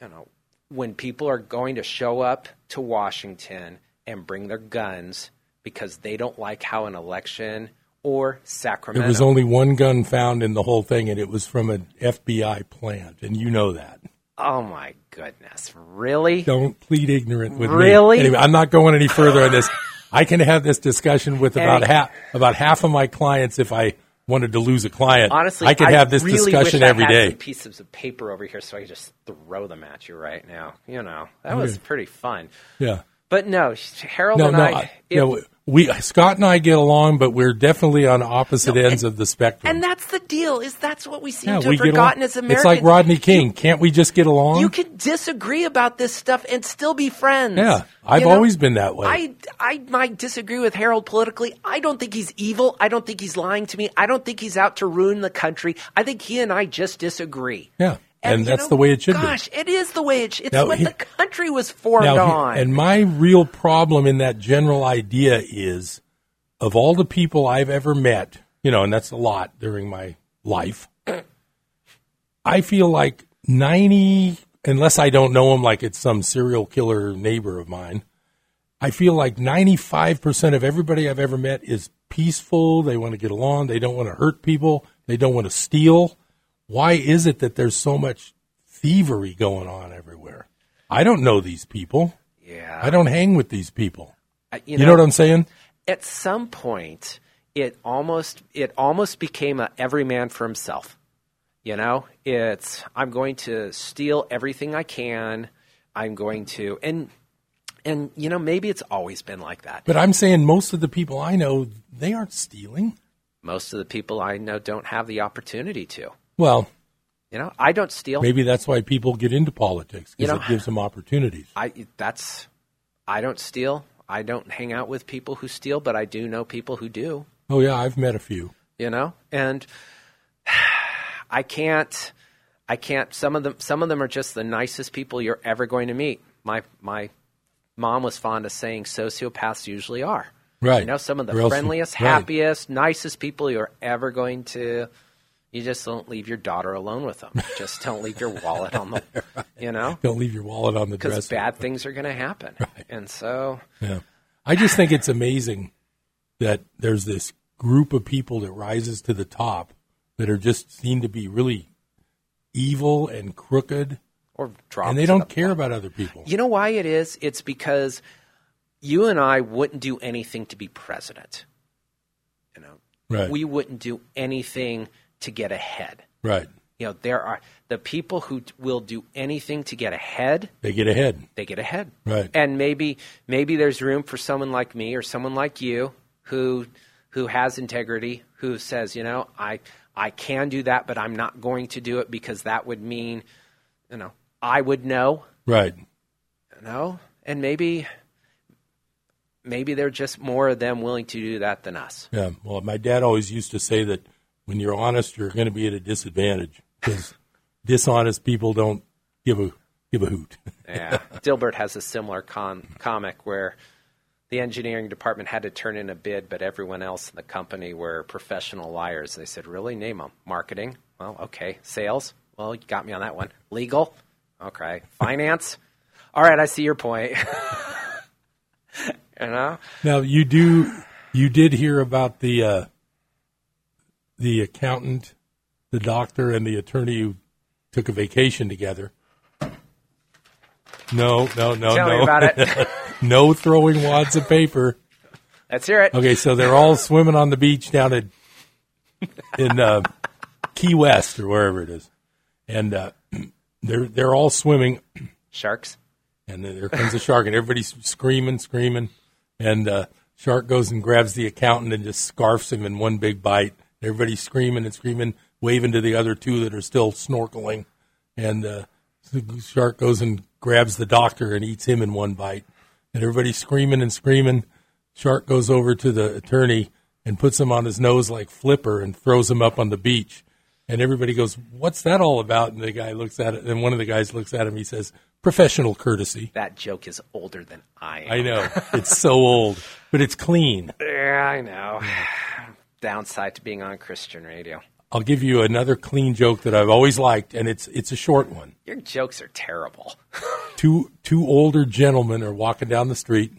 B: you know, when people are going to show up to Washington and bring their guns because they don't like how an election or Sacramento.
A: There was only one gun found in the whole thing, and it was from an FBI plant, and you know that.
B: oh my goodness, really?
A: Don't plead ignorant with me.
B: Really?
A: Anyway, I'm not going any further on this. I can have this discussion with about
B: Hey.
A: half about half of my clients if I wanted to lose a client.
B: Honestly,
A: I could have this
B: really
A: discussion
B: wish I
A: every
B: had
A: day.
B: Some pieces of paper over here, so I could just throw them at you right now. You know, that
A: Okay.
B: was pretty fun.
A: Yeah.
B: But no, Harold
A: No,
B: and
A: no,
B: I,
A: I-
B: it-
A: no, we Scott and I get along, but we're definitely on opposite ends of the spectrum.
B: and that's the deal. Is that's what we seem
A: yeah,
B: to
A: we
B: have
A: get along.
B: forgotten as Americans.
A: It's like Rodney King. Can't we just get along?
B: You can disagree about this stuff and still be friends.
A: Yeah, I've
B: You know?
A: always been that way.
B: I, I might disagree with Harold politically. I don't think he's evil. I don't think he's lying to me. I don't think he's out to ruin the country. I think he and I just disagree.
A: yeah. And,
B: you
A: that's
B: know,
A: the way it should be.
B: Gosh, it is the way it should. It's
A: Now,
B: what
A: he-
B: the country was formed
A: Now, he-
B: on.
A: And my real problem in that general idea is of all the people I've ever met, you know, and that's a lot during my life, I feel like 90, unless I don't know him like it's some serial killer neighbor of mine, I feel like 95% of everybody I've ever met is peaceful. They want to get along. They don't want to hurt people. They don't want to steal. Why is it that there's so much thievery going on everywhere? I don't know these people.
B: yeah.
A: I don't hang with these people.
B: I-
A: You know, what I'm saying?
B: At some point, it almost it almost became a every man for himself. You know, it's I'm going to steal everything I can. I'm going to and and you know maybe it's always been like that.
A: But I'm saying most of the people I know, they aren't stealing.
B: Most of the people I know don't have the opportunity to.
A: Well,
B: You know, I don't steal.
A: maybe that's why people get into politics
B: You
A: because
B: know-
A: it gives them opportunities.
B: I that's I don't steal. I don't hang out with people who steal, but I do know people who do.
A: Oh, yeah, I've met a few.
B: you know and *sighs* i can't i can't some of them some of them are just the nicest people you're ever going to meet my my mom was fond of saying sociopaths usually are
A: Right.
B: you know some of the
A: Or else-
B: friendliest
A: right.
B: happiest nicest people you're ever going to you just don't leave your daughter alone
A: *laughs*
B: with them just don't leave your wallet on the you know
A: Don't leave your wallet on the
B: because
A: dresser.
B: bad things are going to
A: *laughs*
B: happen and so
A: Yeah. I just think it's amazing that there's this group of people that rises to the top that are just seem to be really evil and crooked
B: or drop
A: and they
B: to
A: don't care about other people.
B: You know why it is? It's because you and I wouldn't do anything to be president. You know,
A: Right.
B: we wouldn't do anything to get ahead.
A: Right.
B: You know, there are the people who t- will do anything to get ahead.
A: They get ahead.
B: They get ahead,
A: Right.
B: and maybe maybe there's room for someone like me or someone like you who who has integrity, who says, you know, I I can do that, but I'm not going to do it because that would mean, you know, I would know
A: Right.
B: you know and maybe maybe they're just more of them willing to do that than us
A: Yeah. Well, my dad always used to say that when you're honest, you're going to be at a disadvantage because dishonest people don't give a give a hoot. *laughs*
B: yeah *laughs* dilbert has a similar com- comic where the engineering department had to turn in a bid but everyone else in the company were professional liars they said really name them marketing well okay sales well you got me on that one legal okay finance *laughs* all right i see your point *laughs* you know
A: Now you do you did hear about the uh, the accountant, the doctor, and the attorney who took a vacation together. No, no, no,
B: Tell
A: Oh, no.
B: me
A: *laughs*
B: about it.
A: no throwing wads of paper.
B: let's hear it
A: Okay, so they're all swimming on the beach down in in uh, Key West or wherever it is, and uh, *clears throat* they're they're all swimming,
B: sharks
A: and then there comes a shark, and everybody's screaming, screaming, and uh, shark goes and grabs the accountant and just scarfs him in one big bite. Everybody's screaming and screaming, waving to the other two that are still snorkeling, and uh, the shark goes and grabs the doctor and eats him in one bite, and everybody's screaming and screaming. Shark goes over to the attorney and puts him on his nose like Flipper and throws him up on the beach. And everybody goes, "What's that all about?" And the guy looks at it, and one of the guys looks at him. He says, "Professional courtesy."
B: that joke is older than i am
A: I know it's so old, but it's clean.
B: *sighs* Yeah, I know. *sighs* Downside to being on Christian radio.
A: I'll give you another clean joke that I've always liked, and it's it's a short one.
B: Your jokes are terrible.
A: two two older gentlemen are walking down the street,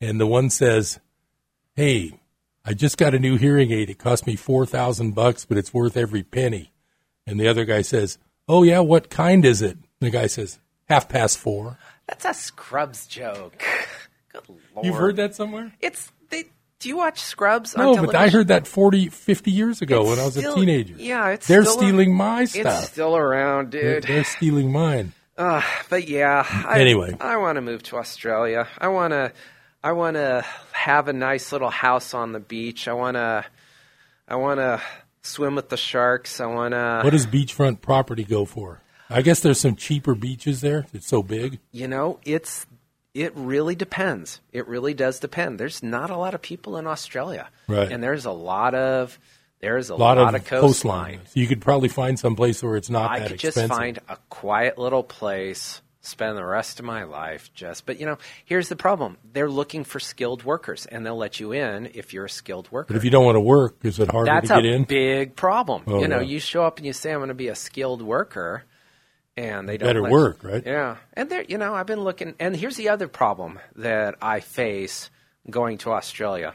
A: and the one says, "Hey, I just got a new hearing aid. It cost me four thousand bucks, but it's worth every penny." And the other guy says, "Oh yeah, what kind is it?" the guy says, "Half past four.
B: That's a Scrubs joke. *laughs* Good lord.
A: You've heard that somewhere?
B: It's they do you watch Scrubs on
A: No, but I
B: television?
A: heard that 40, 50 years ago when I was
B: Still-
A: a teenager.
B: Yeah, it's
A: they're
B: still a-
A: stealing my
B: It's
A: stuff.
B: still around,
A: They're,
B: dude.
A: they're stealing mine.
B: Uh, but yeah. I,
A: Anyway.
B: I want to move to Australia. I want to. I want to have a nice little house on the beach. I want to. I want to swim with the sharks. I want to.
A: What does beachfront property go for? I guess there's some cheaper beaches there. It's so big.
B: you know it's it really depends it really does depend there's not a lot of people in australia
A: Right.
B: and there's a lot of There is a lot, of, coastline.
A: So you could probably find some place where it's not
B: I
A: that
B: could just
A: expensive.
B: find a quiet little place, spend the rest of my life just. But you know, here's the problem: they're looking for skilled workers, and they'll let you in if you're a skilled worker.
A: but if you don't want to work, is it harder
B: That's
A: to get
B: a
A: in?
B: big problem.
A: Oh,
B: you know,
A: yeah.
B: you show up and you say I'm going to be a skilled worker, and they don't
A: Better
B: let-
A: work, right?
B: Yeah, and there, you know, I've been looking, and here's the other problem that I face going to Australia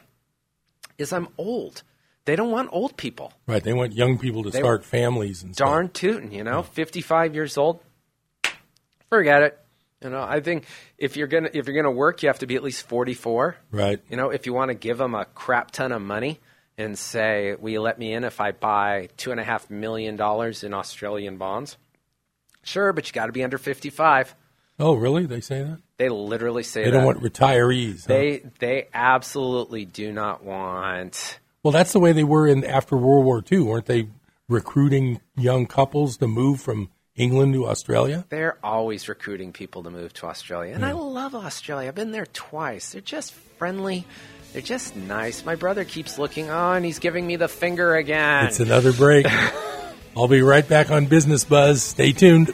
B: is I'm old. They don't want old people.
A: Right. They want young people to
B: They-
A: start families and stuff.
B: Darn tootin', you know, 55 years old. Forget it. You know, I think if you're gonna if you're gonna work, you have to be at least 44.
A: Right.
B: You know, if you want to give them a crap ton of money and say, "Will you let me in if I buy two and a half million dollars in Australian bonds?" Sure, but you got to be under 55.
A: Oh, really? They say that?
B: They literally say
A: They don't
B: that.
A: want retirees. huh?
B: They they absolutely do not want.
A: Well, that's the way they were in after World War II, weren't they? Recruiting young couples to move from England to Australia.
B: They're always recruiting people to move to Australia. And I love Australia. I've been there twice. They're just friendly. They're just nice. My brother keeps looking on. He's giving me the finger again.
A: It's another break. I'll be right back on Business Buzz. Stay tuned.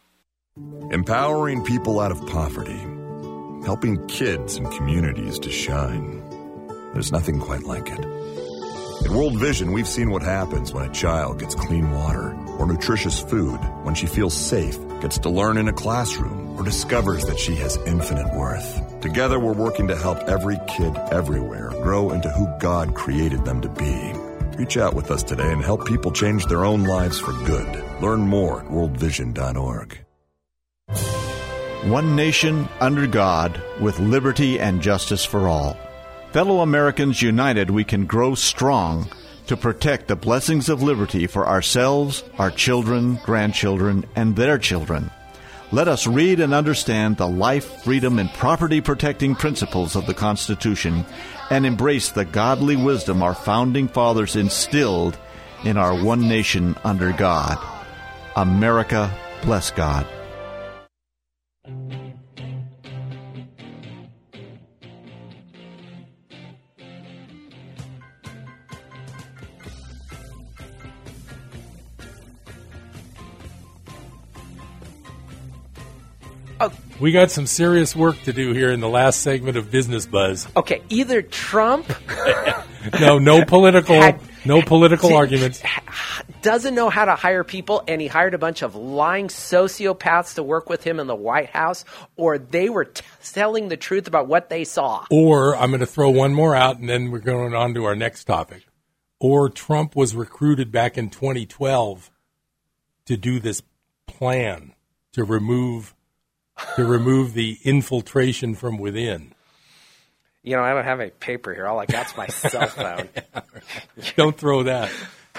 L: Empowering people out of poverty. Helping kids and communities to shine. There's nothing quite like it. At World Vision, we've seen what happens when a child gets clean water or nutritious food, when she feels safe, gets to learn in a classroom, or discovers that she has infinite worth. Together, we're working to help every kid everywhere grow into who God created them to be. Reach out with us today and help people change their own lives for good. Learn more at worldvision.org.
K: One nation under God, with liberty and justice for all. Fellow Americans united, we can grow strong to protect the blessings of liberty for ourselves, our children, grandchildren, and their children. Let us read and understand the life, freedom, and property protecting principles of the Constitution and embrace the godly wisdom our founding fathers instilled in our one nation under God. America, bless God.
A: We got some serious work to do here in the last segment of Business Buzz.
B: Okay, either Trump
A: No, no political, no political
B: See,
A: arguments.
B: doesn't know how to hire people and he hired a bunch of lying sociopaths to work with him in the White House, or they were t- telling the truth about what they saw.
A: Or I'm going to throw one more out, and then we're going on to our next topic. Or Trump was recruited back in 2012 to do this plan to remove to remove the infiltration from within.
B: You know, I don't have any paper here. All I got's *laughs* my cell phone.
A: Don't throw that.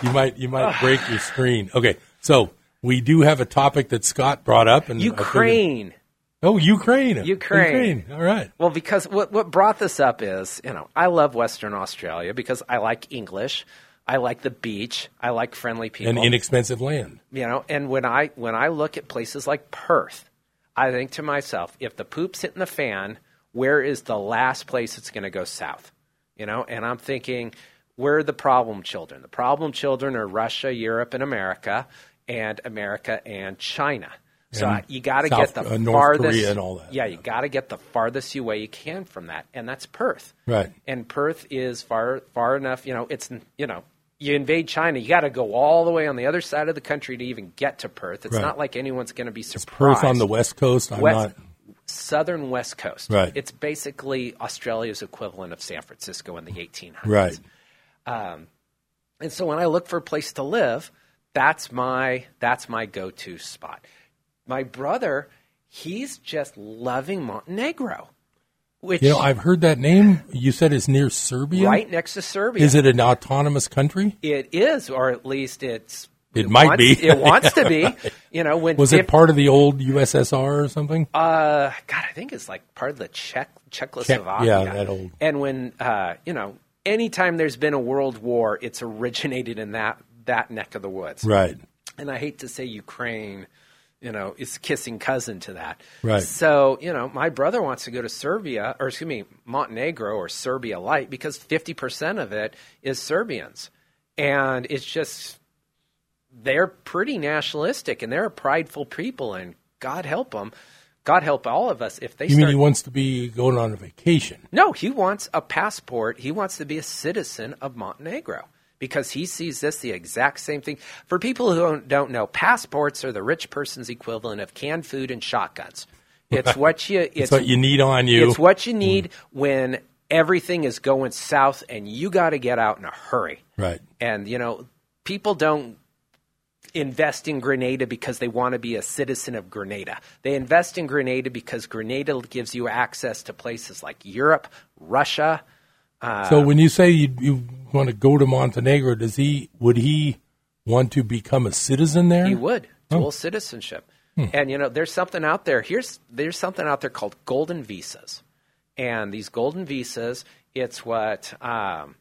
A: You might you might break your screen. Okay, so we do have a topic that Scott brought up, and I figured-
B: Ukraine.
A: Oh, Ukraine. Ukraine.
B: Ukraine.
A: All right.
B: Well, because what what brought this up is, you know, I love Western Australia because I like English, I like the beach, I like friendly people.
A: An inexpensive land.
B: you know and when i when i look at places like perth i think to myself if the poop's hitting the fan where is the last place it's going to go south you know and i'm thinking where are the problem children the problem children are russia europe and america and america and china so
A: And
B: you got to
A: South-
B: get the
A: uh, North
B: farthest
A: Korea and all that.
B: yeah you got to get the farthest away you can from that and that's perth
A: Right.
B: and Perth is far far enough. You know, it's you know you invade China, you got to go all the way on the other side of the country to even get to Perth. It's
A: Right.
B: not like anyone's going to be surprised.
A: Perth on the west coast. I'm
B: West-
A: not.
B: Southern West Coast.
A: Right.
B: It's basically Australia's equivalent of San Francisco in the 1800s.
A: Right.
B: Um, and so when I look for a place to live, that's my that's my go-to spot. My brother, he's just loving Montenegro, which
A: you know, I've heard that name. You said it's near Serbia.
B: right next to Serbia.
A: Is it an autonomous country?
B: It is, or at least it's.
A: It might
B: wants-
A: be.
B: It wants
A: *laughs*
B: to be.
A: Yeah,
B: You know, when
A: Was
B: Dip-
A: it part of the old USSR or something?
B: Uh, God, I think it's like part of the Czech Czechoslovakia.
A: yeah, that old-
B: And when uh, you know, anytime there's been a world war, it's originated in that that neck of the woods.
A: Right.
B: And I hate to say Ukraine, you know, is kissing cousin to that.
A: Right.
B: So you know, my brother wants to go to Serbia, or excuse me, Montenegro or Serbia light because fifty percent of it is Serbians, and it's just they're pretty nationalistic and they're a prideful people, and God help them. God help all of us if they
A: You mean
B: start.
A: he wants to be going on a vacation?
B: no, he wants a passport. He wants to be a citizen of Montenegro because he sees this the exact same thing. For people who don't, don't know, passports are the rich person's equivalent of canned food and shotguns.
A: *laughs*
B: It's what you. It's,
A: what you need on you.
B: It's what you need when everything is going south and you got to get out in a hurry.
A: Right.
B: And you know, people don't invest in Grenada because they want to be a citizen of Grenada. They invest in Grenada because Grenada gives you access to places like Europe, Russia. Uh,
A: so when you say you, you want to go to Montenegro, does he? Would he want to become a citizen there?
B: he would
A: Oh.
B: dual citizenship,
A: Hmm.
B: and you know, there's something out there. Here's there's something out there called golden visas, and these golden visas, it's what. Um,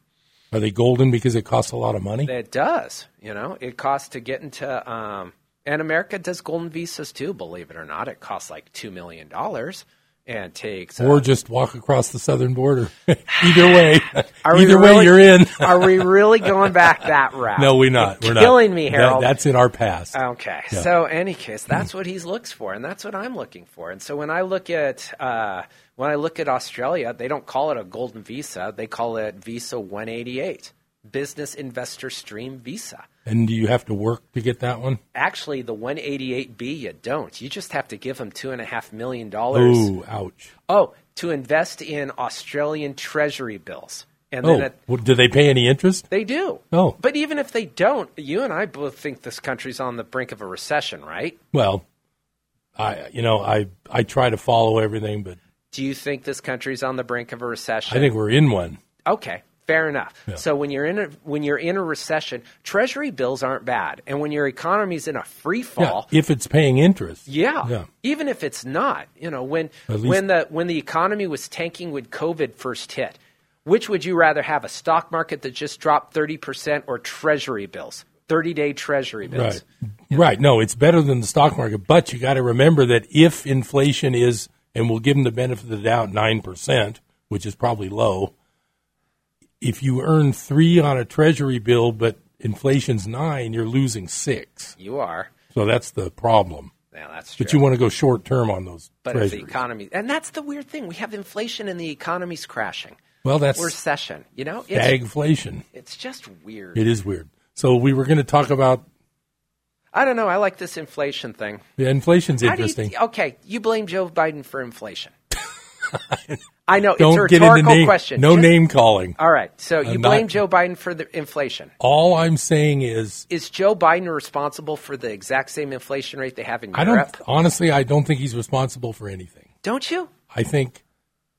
A: Are they golden because it costs a lot of money?
B: It does. You know, it costs to get into, um, and America does golden visas too. Believe it or not, it costs like two million dollars and takes. uh,
A: or just walk across the southern border. *laughs* Either way,
B: Are we
A: either way,
B: really-
A: you're in.
B: *laughs* are we really going
A: *laughs*
B: back that route?
A: No, we're not.
B: You're
A: we're not.
B: killing me,
A: That-
B: Harold. Um,
A: that's in our past.
B: Okay.
A: Yeah.
B: So, any case, that's what he looks for, and that's what I'm looking for. And so, when I look at uh, when I look at Australia, they don't call it a golden visa; they call it Visa 188, Business Investor Stream Visa.
A: And do you have to work to get that one?
B: Actually, the 188B, you don't. You just have to give them two and a half million dollars.
A: Ooh, ouch.
B: Oh, to invest in Australian Treasury bills, and
A: oh,
B: then at,
A: well, do they pay any interest?
B: they do.
A: Oh.
B: but even if they don't, you and I both think this country's on the brink of a recession, right?
A: Well, I you know I I try to follow everything, but
B: Do you think this country's on the brink of a recession?
A: I think we're in one.
B: Okay, fair enough. So when you're in a when you're in a recession, treasury bills aren't bad, and when your economy's in a free fall,
A: Yeah, if it's paying interest.
B: Yeah.
A: Yeah.
B: Even if it's not, you know, when
A: At least-
B: when the when the economy was tanking when COVID first hit, which would you rather have a stock market that just dropped 30% or treasury bills? 30-day treasury bills.
A: Right. Right. No, it's better than the stock market, but you got to remember that if inflation is, and we'll give them the benefit of the doubt, 9%, which is probably low, if you earn three on a treasury bill, but inflation's nine, you're losing six.
B: You are.
A: So that's the problem.
B: Yeah, that's
A: But you want to go short term on those
B: But if the
A: treasuries.
B: economy And that's the weird thing. We have inflation and the economy's crashing.
A: Well, that's
B: recession, you know?
A: Stagflation.
B: It's just weird.
A: It is weird. So we were going to talk about
B: I don't know. I like this inflation thing.
A: the inflation's
B: How do you-
A: interesting.
B: okay, you blame Joe Biden
A: *laughs*
B: for inflation. I know it's a
A: Don't get
B: rhetorical
A: into name,
B: question.
A: no
B: Just-
A: name calling.
B: All right. So you
A: I'm not-
B: blame Joe Biden for the inflation.
A: All I'm saying is
B: Is Joe Biden responsible for the exact same inflation rate they have in
A: I
B: Europe?
A: don't honestly. I don't think he's responsible for anything.
B: Don't you?
A: I think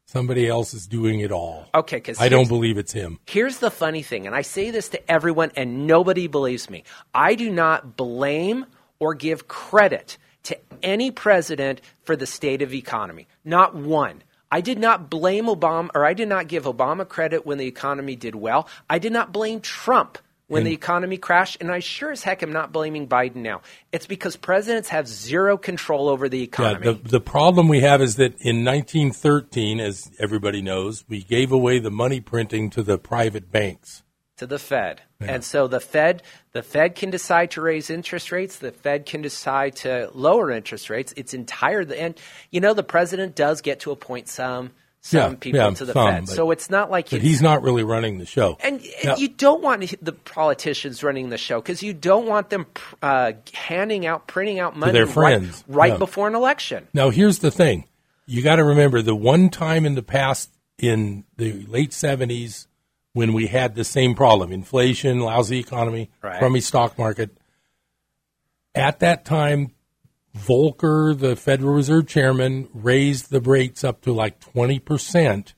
A: somebody else is doing it all.
B: Okay, because
A: I don't believe it's him.
B: Here's the funny thing, and I say this to everyone, and nobody believes me. I do not blame or give credit to any president for the state of economy. Not one. I did not blame Obama, or I did not give Obama credit when the economy did well. I did not blame Trump when
A: And-
B: the economy crashed, and I sure as heck am not blaming Biden now. It's because presidents have zero control over the
A: Yeah,
B: economy.
A: the the problem we have is that in 1913, as everybody knows, we gave away the money printing to the private banks.
B: to the Fed. And so the Fed the Fed can decide to raise interest rates, the Fed can decide to lower interest rates. It's entire and you know the president does get to appoint some some
A: Yeah,
B: people
A: yeah,
B: to the
A: some,
B: Fed.
A: but-
B: So it's not like
A: But
B: it's-
A: he's not really running the show.
B: And, and
A: Now-
B: you don't want the politicians running the show because you don't want them pr- uh, handing out, printing out money
A: their
B: right-
A: friends,
B: right,
A: yeah.
B: before an election.
A: Now, here's the thing you got to remember the one time in the past, in the late 70s, when we had the same problem inflation, lousy economy,
M: Right.
A: crummy stock market. At that time, Volcker, the Federal Reserve chairman, raised the rates up to like 20%,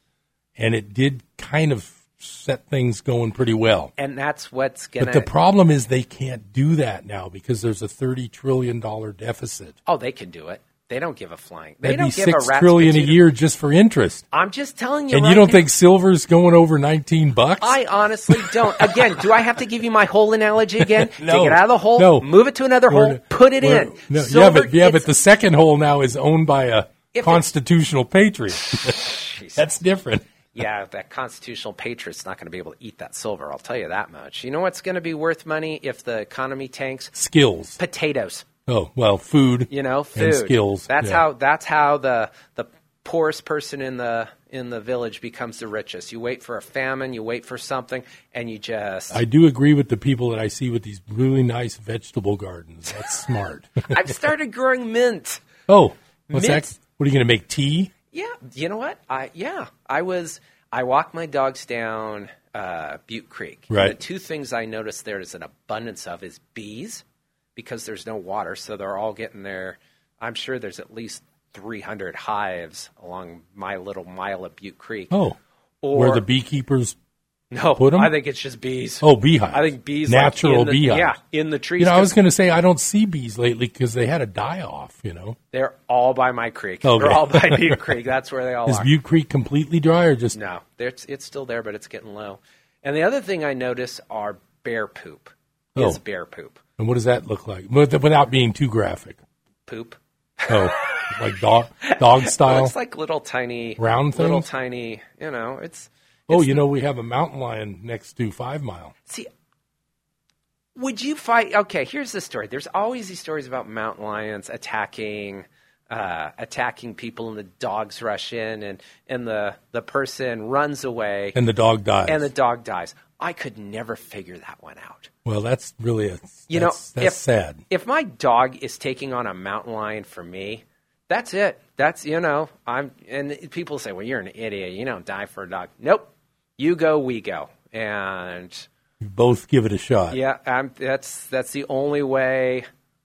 A: and it did kind of set things going pretty well.
B: And that's what's going
A: But the problem is they can't do that now because there's a $30 trillion deficit.
B: Oh, they can do it. They don't give a flying. They
A: That'd
B: don't
A: be
B: give a
A: six
B: rat's
A: trillion a
B: patootie.
A: year just for interest.
B: I'm just telling you.
A: And
B: right
A: you don't
B: now-
A: think silver's going over nineteen bucks?
B: I honestly don't. Again, do I have to give you my hole
A: *laughs*
B: analogy again?
A: No.
B: Take it out of the hole,
A: No.
B: move it to another
A: We're-
B: hole, put it
A: we're-
B: in.
A: No, yeah,
B: Silver
A: but yeah, but the second hole now is owned by a
B: If it-
A: constitutional
B: *laughs*
A: patriot. *laughs* That's different.
B: Yeah, that constitutional patriot's not going to be able to eat that silver. I'll tell you that much. You know what's going to be worth money if the economy tanks?
A: Skills.
B: Potatoes.
A: Oh well, food.
B: You know, food.
A: and skills.
B: That's
A: yeah.
B: how. That's how the the poorest person in the in the village becomes the richest. You wait for a famine. You wait for something, and you just.
A: I do agree with the people that I see with these really nice vegetable gardens. That's smart. *laughs*
B: I've started growing mint.
A: oh, what's
B: Mints.
A: that? What are you going to make tea?
B: Yeah, you know what? I yeah, I was I walked my dogs down uh, Butte Creek. And
A: Right.
B: the two things I noticed there is an abundance of is bees because there's no water, so they're all getting their. I'm sure there's at least 300 hives along my little mile of Butte Creek.
A: Oh,
B: or
A: where the beekeepers
B: no,
A: put them?
B: I think it's just bees.
A: Oh, beehives.
B: I think bees like,
A: natural
B: in the-
A: beehives.
B: Yeah, in the trees.
A: You know, I was
B: 'cause
A: going to say I don't see bees lately because they had a die off. You know,
B: They're all by my creek.
A: Okay.
B: They're all by
A: *laughs*
B: Butte Creek. That's where they all
A: is
B: are.
A: Butte Creek completely dry or just
B: No, there- it's, it's still there, but it's getting low. And the other thing I notice are bear poop. Is
A: Oh.
B: bear poop
A: And what does that look like With- without being too graphic?
B: poop? *laughs*
A: Oh, like dog dog
B: It
A: style.
B: looks like little tiny
A: Round
B: Little
A: things?
B: tiny. You know, it's.
A: oh, you know we have a mountain lion next to Five Mile.
B: See, would you fight? Okay, here's the story. There's always these stories about mountain lions attacking. Uh, attacking people and the dogs rush in and, and the, the person runs away
A: And the dog dies.
B: and the dog dies. I could never figure that one out.
A: Well, that's really a
B: You
A: that's,
B: know,
A: that's
B: if,
A: sad.
B: If my dog is taking on a mountain lion for me, that's it. That's you know, I'm and people say, "Well, you're an idiot. You don't die for a dog." Nope. You go, we go. And
A: You both give it a shot.
B: yeah, I'm, that's that's the only way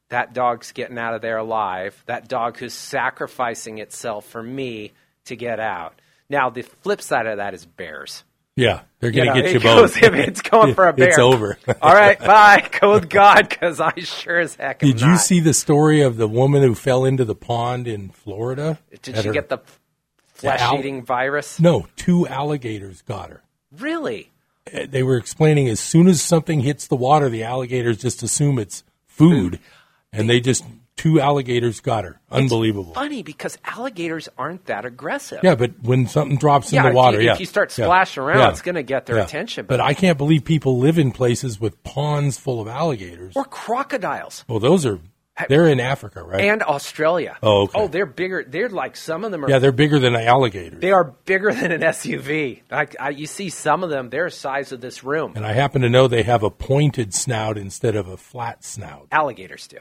B: that dog's getting out of there alive. That dog who's sacrificing itself for me to get out. Now, the flip side of that is bears.
A: Yeah, they're going to
B: know,
A: get
B: it
A: you both.
B: goes- *laughs*
A: *laughs*
B: if it's going for a bear.
A: It's over. *laughs*
B: All right, bye. Go with God, because I sure as heck. am
A: Did you
B: not.
A: see the story of the woman who fell into the pond in Florida?
B: Did
A: At
B: she
A: her-
B: get the flesh-eating virus?
A: No, two alligators got her.
B: Really?
A: Uh, They were explaining as soon as something hits the water, the alligators just assume it's food, and they just two alligators got her. Unbelievable.
B: Funny because alligators aren't that aggressive.
A: Yeah, but when something drops
B: Yeah,
A: in
B: if
A: the water,
B: you- if
A: yeah,
B: you start
A: yeah,
B: splashing around, it's gonna get their attention,
A: But
B: but-
A: I can't believe people live in places with ponds full of alligators.
B: Or crocodiles.
A: Well, those are they're in Africa, right?
B: And Australia.
A: Oh, okay.
B: Oh, they're bigger. They're like some of them are.
A: yeah, they're bigger than an alligator.
B: They are bigger than an SUV. Like I, you see some of them, they're the size of this room.
A: And I happen to know they have a pointed snout instead of a flat snout.
B: Alligators do.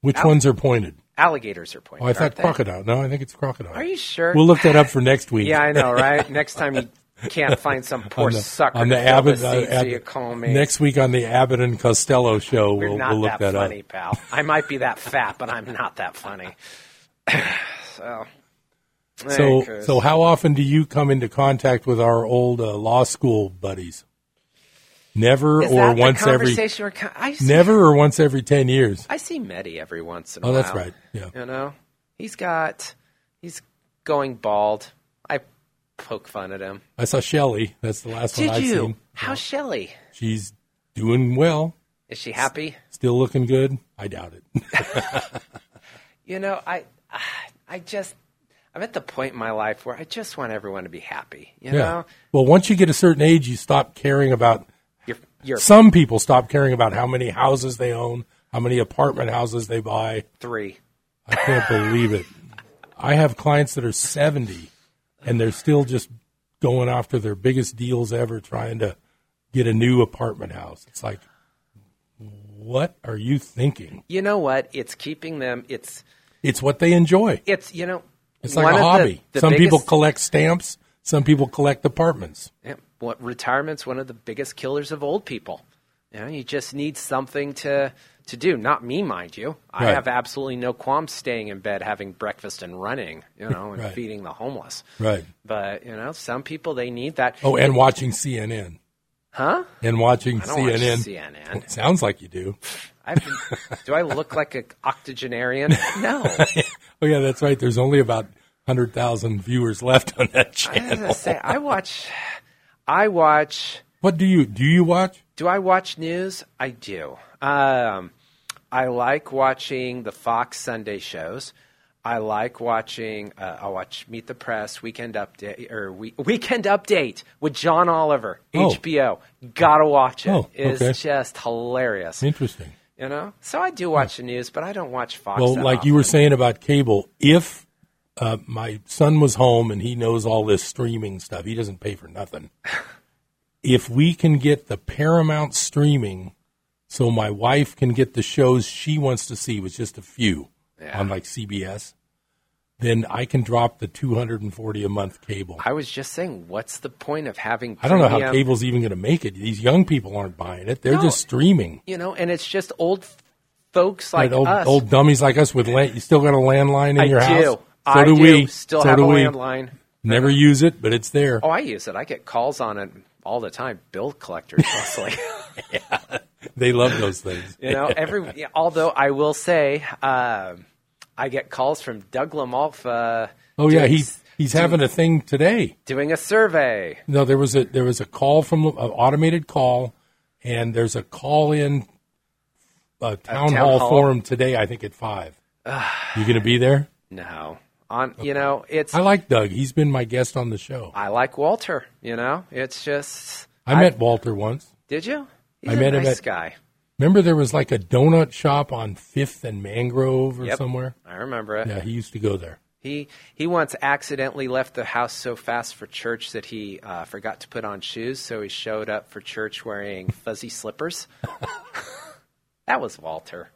A: Which
B: Al-
A: ones are pointed?
B: Alligators are pointed.
A: Oh, I thought
B: aren't they?
A: crocodile. No, I think it's crocodile.
B: Are you sure?
A: We'll look that up for next week.
B: Yeah, I
A: *laughs*
B: know, right? Next time you can't find some poor
A: On the-
B: sucker
A: on
B: to
A: the
B: fill
A: Abbott,
B: the
A: uh,
B: seat, so
A: Abbott-
B: you call me.
A: Next week on the Abbott and Costello show,
B: We're
A: we'll,
B: not
A: we'll look
B: that,
A: that,
B: funny,
A: up.
B: pal. I might be that fat, but I'm not that funny. *sighs* so,
A: So,
B: Hey,
A: so
B: Chris.
A: how often do you come into contact with our old uh, law school buddies? Never
B: Is
A: or
B: that the
A: once every
B: conversation we're co- I see-
A: never or once every ten years.
B: I see Medi every once in a
A: Oh,
B: while.
A: that's right. Yeah.
B: You know, he's got he's going bald. I poke fun at him.
A: I saw Shelly. That's the last
B: Did
A: one I've
B: you?
A: seen.
B: How's Shelly?
A: She's doing well.
B: Is she happy?
A: Still looking good. I doubt it.
B: You know, I *sighs* I just I'm at the point in my life where I just want everyone to be happy. You know,
A: Well, once you get a certain age, you stop caring about.
B: You're- you're-
A: some people stop caring about how many houses they own, how many apartment houses they buy.
B: three.
A: I can't believe it. I have clients that are 70 and they're still just going after their biggest deals ever, trying to get a new apartment house. It's like, what are you thinking?
B: You know what? It's keeping them. It's
A: It's what they enjoy.
B: it's you know.
A: It's like
B: one
A: a
B: of the-
A: hobby.
B: the
A: some people
B: biggest-
A: collect stamps. Some people collect apartments.
B: Yeah, what retirement's one of the biggest killers of old people. You know, you just need something to to do. Not me, mind you. I
A: Right.
B: have absolutely no qualms staying in bed, having breakfast, and running. You know, and
A: Right.
B: feeding the homeless.
A: Right.
B: But you know, some people they need that.
A: Oh, and watching CNN.
B: Huh?
A: And watching
B: I don't watch
A: CNN.
B: CNN.
A: Sounds like you do.
B: I've, do I look like an octogenarian? No.
A: oh *laughs* yeah, that's right. There's only about hundred thousand viewers left on that
B: I was
A: channel.
B: gonna say I watch. I watch.
A: What do you do? You watch?
B: Do I watch news? I do. Um, I like watching the Fox Sunday shows. I like watching. Uh, I watch Meet the Press, Weekend Update, or we- Weekend Update with John Oliver,
A: Oh.
B: HBO. Gotta watch it.
A: Oh, okay.
B: It's just hilarious.
A: Interesting.
B: You know. So I do watch the news, but I don't watch Fox.
A: well,
B: that
A: like you were saying about cable, if uh, my son was home and he knows all this streaming stuff, he doesn't pay for
B: *laughs*
A: nothing. if we can get the Paramount streaming, so my wife can get the shows she wants to see, with just a few on like CBS, then I can drop the two hundred and forty a month cable.
B: I was just saying, what's the point of having?
A: I don't know how
B: premium-
A: cable's even going to make it. These young people aren't buying it; they're
B: No.
A: just streaming.
B: You know, and it's just old f- folks like
A: Right, old,
B: us.
A: old dummies like us with land, you still got a landline in
B: I
A: your
B: do.
A: house. So
B: I
A: do
B: do.
A: we.
B: Still
A: so
B: have
A: do
B: a
A: we.
B: landline.
A: Never use it, but it's there.
B: Oh, I use it. I get calls on it all the time. Bill
A: *laughs*
B: collectors, mostly.
A: They love those things.
B: you know, every. yeah, Although I will say, um, I get calls from Doug Lamalfa.
A: oh yeah,
B: doing-
A: he's he's having a thing today.
B: doing a survey.
A: No, there was a there was a call from an automated call, and there's a call in uh, town,
B: town
A: hall,
B: hall?
A: forum today. I think at
B: *sighs*
A: five. you gonna be there?
B: No, on you know, it's.
A: I like Doug. He's been my guest on the show.
B: I like Walter. You know, it's just.
A: I met Walter once.
B: Did you? He's
A: I
B: a
A: met him
B: nice
A: at-
B: guy.
A: Remember, there was like a donut shop on Fifth and Mangrove or
B: Yep.
A: somewhere.
B: I remember it.
A: Yeah, he used to go there.
B: He he once accidentally left the house so fast for church that he uh, forgot to put on shoes, so he showed up for church wearing fuzzy slippers. *laughs* that was Walter.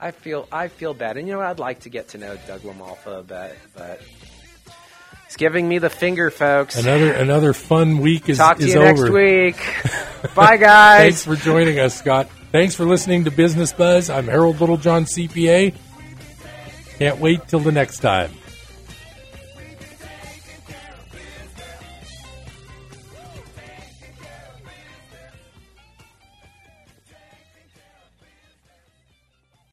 B: I feel I feel bad, and you know what? I'd like to get to know Doug Lamalfa a bit, but he's giving me the finger, folks.
A: Another another fun week is
B: Talk to
A: is
B: you next
A: over.
B: week.
A: *laughs*
B: Bye, guys.
A: Thanks for joining us, Scott. Thanks for listening to Business Buzz. I'm Harold Littlejohn, CPA. Can't wait till the next time.